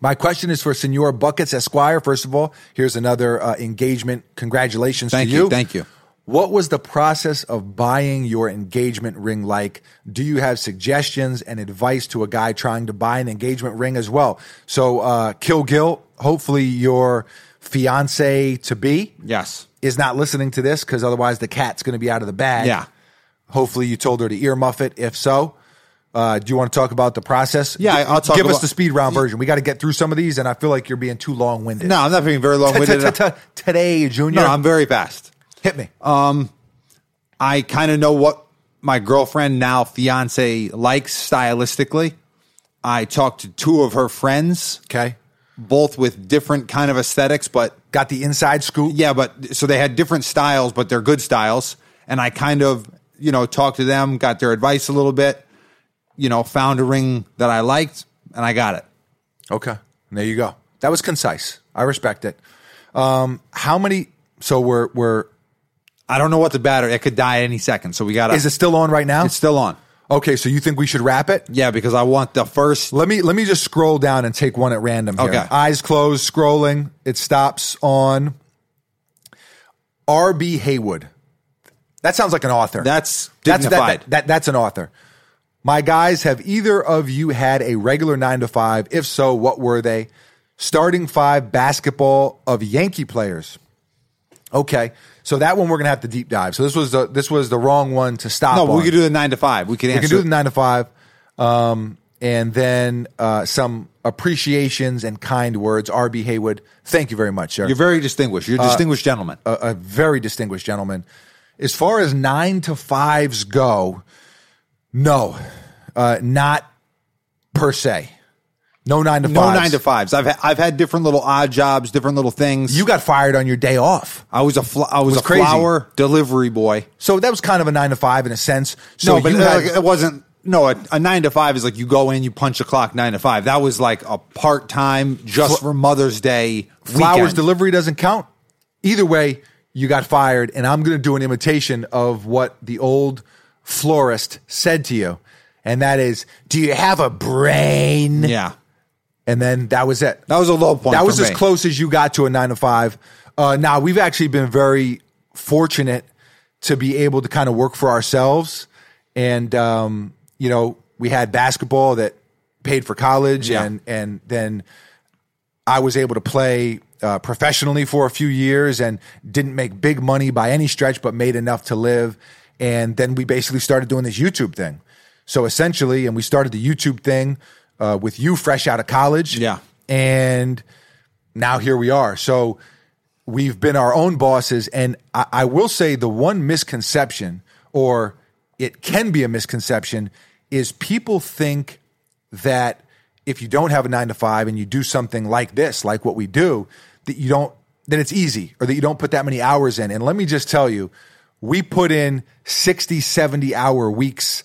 My question is for Senor Buckets Esquire. First of all, here's another uh, engagement. Congratulations
Thank
to
you,
you.
thank you.
What was the process of buying your engagement ring like? Do you have suggestions and advice to a guy trying to buy an engagement ring as well? So, uh, Kilgill, hopefully your fiance to be
Yes.
is not listening to this because otherwise the cat's going to be out of the bag.
Yeah.
Hopefully you told her to earmuff it. If so, uh, do you want to talk about the process?
Yeah,
Gi-
I'll talk
Give
about-
us the speed round version. We got to get through some of these, and I feel like you're being too long winded.
No, I'm not being very long winded.
Today, Junior,
No, I'm Um, very fast.
hit me.
I kind of know what my girlfriend now fiance likes stylistically. I talked to two of her friends,
okay,
both with different kind of aesthetics, but
got the inside scoop.
yeah, but so they had different styles, but they're good styles. And I kind of, you know, talked to them, got their advice a little bit, you know, found a ring that I liked and I got it.
Okay, there you go. That was concise. I respect it. Um, how many? So we're we're
I don't know what the battery, it could die any second. So we got
is it still on right now?
it's still on.
okay, so you think we should wrap it?
Yeah, because I want the first.
Let me let me just scroll down and take one at random here.
Okay.
Eyes closed, scrolling. It stops on R.B. Haywood. That sounds like an author.
That's
that's that,
dignified.
that, that- that's an author. My guys, have either of you had a regular nine to five? If so, what were they? Starting five basketball of Yankee players. Okay, so that one we're gonna have to deep dive. So this was the this was the wrong one to stop.
No,
on.
we could do the nine to five. We could
We
answer.
can do the nine to five, um, and then uh, some appreciations and kind words. RB Haywood, thank you very much, sir.
You're very distinguished. You're a distinguished gentleman.
a, a very distinguished gentleman. As far as nine to fives go, no, uh, not per se. No nine to
no
fives.
nine to fives. I've had, I've had different little odd jobs, different little things.
You got fired on your day off,
I was a fl- I was, a
crazy.
flower delivery boy.
so that was kind of a nine to five in a sense. So
no, but
you
it-
had-
like, it wasn't. No, a, a nine to five is like you go in, you punch the clock nine to five. That was like a part time, just for Mother's Day.
flowers
weekend.
delivery doesn't count. Either way, you got fired, and I'm going to do an imitation of what the old florist said to you, and that is, "Do you have a brain?"
yeah,
And then that was it.
that was a low point.
That
for
was as
me.
close as you got to a nine to five. Uh, now we've actually been very fortunate to be able to kind of work for ourselves, and um, you know we had basketball that paid for college,
Yeah.
and and then I was able to play uh, professionally for a few years and didn't make big money by any stretch, but made enough to live. And then we basically started doing this YouTube thing. So essentially, and we started the YouTube thing uh, with you fresh out of college.
Yeah.
And now here we are. So we've been our own bosses. And I, I will say the one misconception, or it can be a misconception, is people think that if you don't have a nine to five and you do something like this, like what we do, that you don't, that it's easy or that you don't put that many hours in. And let me just tell you, we put in 60, 70 hour weeks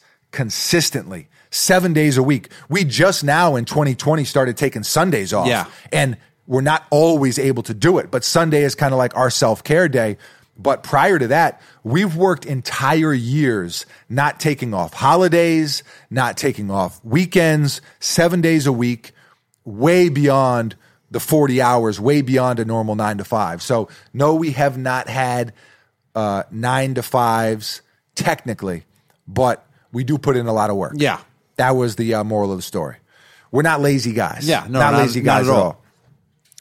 consistently, seven days a week. We just now in 2020 started taking Sundays off
Yeah.
and we're not always able to do it. But Sunday is kind of like our self care day. But prior to that, we've worked entire years not taking off holidays, not taking off weekends, seven days a week, way beyond the 40 hours, way beyond a normal nine to five. So, no, we have not had uh, nine to fives technically, but we do put in a lot of work.
Yeah.
That was the uh, moral of the story. We're not lazy guys.
Yeah, no,
not,
not-
lazy
not
guys
at
at
all.
all.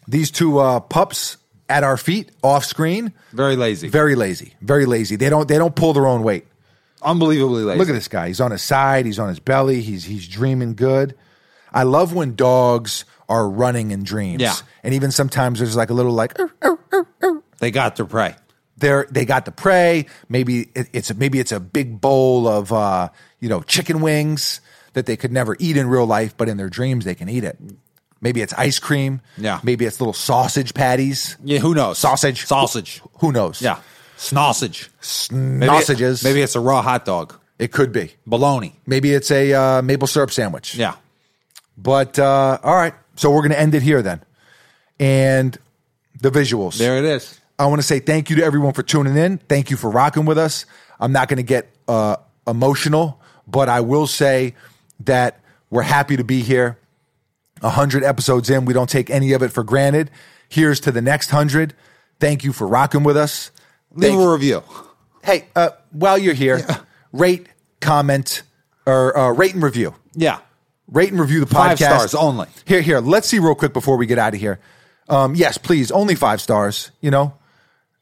These two uh, pups at our feet, off screen,
Very lazy.
very lazy, very lazy. They don't they don't pull their own weight.
Unbelievably lazy.
Look at this guy. He's on his side. He's on his belly. He's he's dreaming good. I love when dogs are running in dreams.
Yeah.
and even sometimes there's like a little like "Er, er,"
They got their prey.
they're they got the prey. Maybe it, it's a, maybe it's a big bowl of uh, you know chicken wings that they could never eat in real life, but in their dreams they can eat it. Maybe it's ice cream.
Yeah.
Maybe it's little sausage patties.
Yeah, who knows?
Sausage.
Sausage.
Who knows?
Yeah. Sausage. Maybe-
Sausages.
Maybe it's a raw hot dog.
it could be.
Bologna.
Maybe it's a uh, maple syrup sandwich.
Yeah.
But uh, all right, so we're going to end it here then, and the visuals.
There it is.
I want to say thank you to everyone for tuning in. Thank you for rocking with us. I'm not going to get uh, emotional, but I will say that we're happy to be here. 100 episodes in, we don't take any of it for granted. Here's to the next 100. Thank you for rocking with us.
Leave
Thank-
a review.
hey, uh, while you're here, rate, comment, or uh, rate and review.
Yeah.
Rate and review the podcast.
Five stars only.
Here, here. Let's see real quick before we get out of here. Um, yes, please. Only five stars. You know,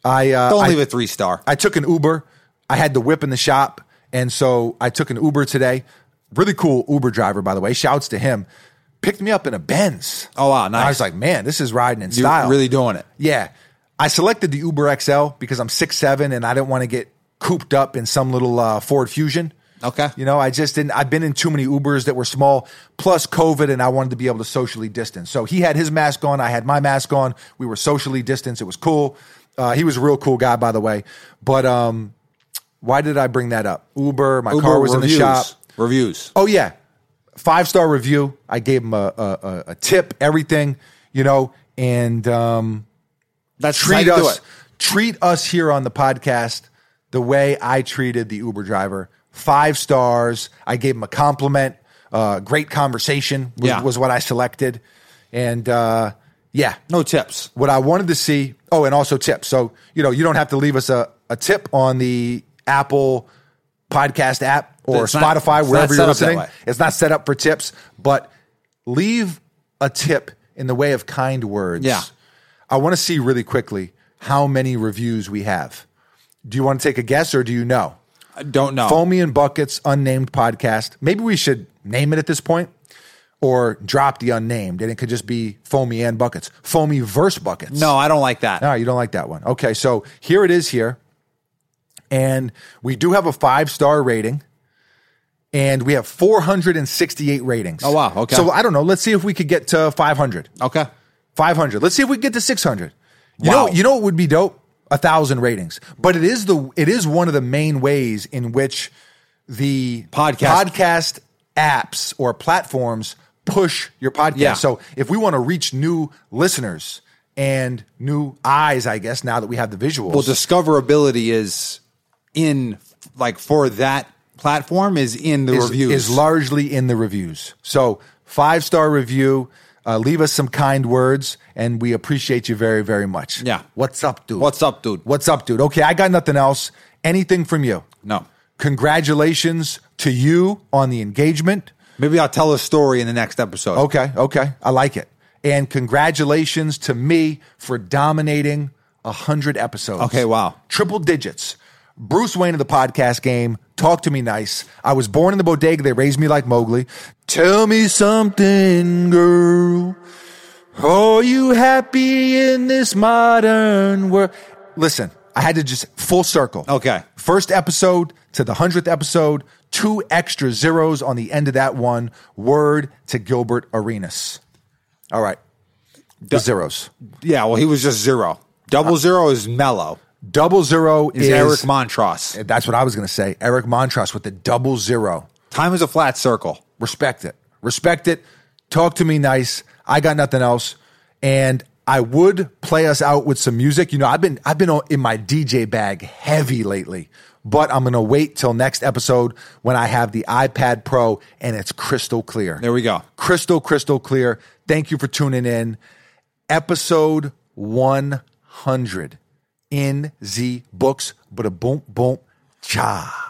I uh,
Don't
I-
leave a three star.
I took an Uber. I had the whip in the shop, and so I took an Uber today. Really cool Uber driver, by the way. Shouts to him. Picked me up in a Benz.
Oh, wow,
And I
nice.
was like, man, this is riding in
You're
style.
really doing it.
Yeah. I selected the Uber XL because I'm six seven and I didn't want to get cooped up in some little uh, Ford Fusion.
Okay.
You know, I just didn't. I've been in too many Ubers that were small, plus COVID, and I wanted to be able to socially distance. So he had his mask on, I had my mask on. We were socially distanced. It was cool. Uh, he was a real cool guy, by the way. But um, why did I bring that up? Uber, my
Uber
car was
reviews.
in the shop.
Reviews.
Oh yeah, five star review. I gave him a a, a, a tip, everything, you know, and um,
That's
treat
how you do
us
it.
treat us here on the podcast the way I treated the Uber driver. Five stars. I gave him a compliment. Uh, great conversation was,
Yeah.
was what I selected, and uh, yeah,
No tips.
what I wanted to see. Oh, and also tips. So you know, you don't have to leave us a, a tip on the Apple podcast app or
It's not-
Spotify,
it's not
wherever
set
you're
up that
listening.
way.
It's not set up for tips, but leave a tip in the way of kind words.
Yeah.
I want to see really quickly how many reviews we have. Do you want to take a guess or do you know?
I don't know.
Foamy and Buckets Unnamed Podcast. Maybe we should name it at this point or drop the unnamed and it could just be Foamy and Buckets. Foamy verse Buckets.
No, I don't like that.
No, you don't like that one. Okay, so here it is here. And we do have a five star rating. And we have 468 ratings.
Oh, wow. Okay.
So I don't know. Let's see if we could get to 500.
Okay.
500. Let's see if we can get to 600. You
Wow.
know, you know what would be dope? A thousand ratings. But it is the it is one of the main ways in which the
Podcast.
podcast apps or platforms push your podcast.
Yeah.
So if we want to reach new listeners and new eyes, I guess now that we have the visuals,
Well, discoverability is in like for that platform is in the
is,
reviews.
is largely in the reviews. So five star review. Uh, leave us some kind words, and we appreciate you very, very much.
Yeah.
What's up, dude?
What's up, dude?
What's up, dude? Okay, I got nothing else. Anything from you?
No.
Congratulations to you on the engagement.
Maybe I'll tell a story in the next episode.
Okay, okay. I like it. And congratulations to me for dominating 100 episodes.
Okay, wow.
Triple digits. Bruce Wayne of the podcast game. Talk to me nice. I was born in the bodega. They raised me like Mowgli. Tell me something, girl. Are you happy in this modern world? Listen, I had to just full circle.
Okay.
First episode to the 100th episode, two extra zeros on the end of that one. Word to Gilbert Arenas. All right. The zeros.
Yeah. Well, he was just zero. Double zero is mellow.
Double zero
Is,
is,
Eric Montross.
That's what I was going to say. Eric Montross with the double zero.
Time is a flat circle.
Respect it. Respect it. Talk to me nice. I got nothing else. And I would play us out with some music. You know, I've been I've been on- in my DJ bag heavy lately, but I'm going to wait till next episode when I have the iPad Pro and it's crystal clear.
There we go.
Crystal crystal clear. Thank you for tuning in. Episode 100 in the books, but a boom boom cha.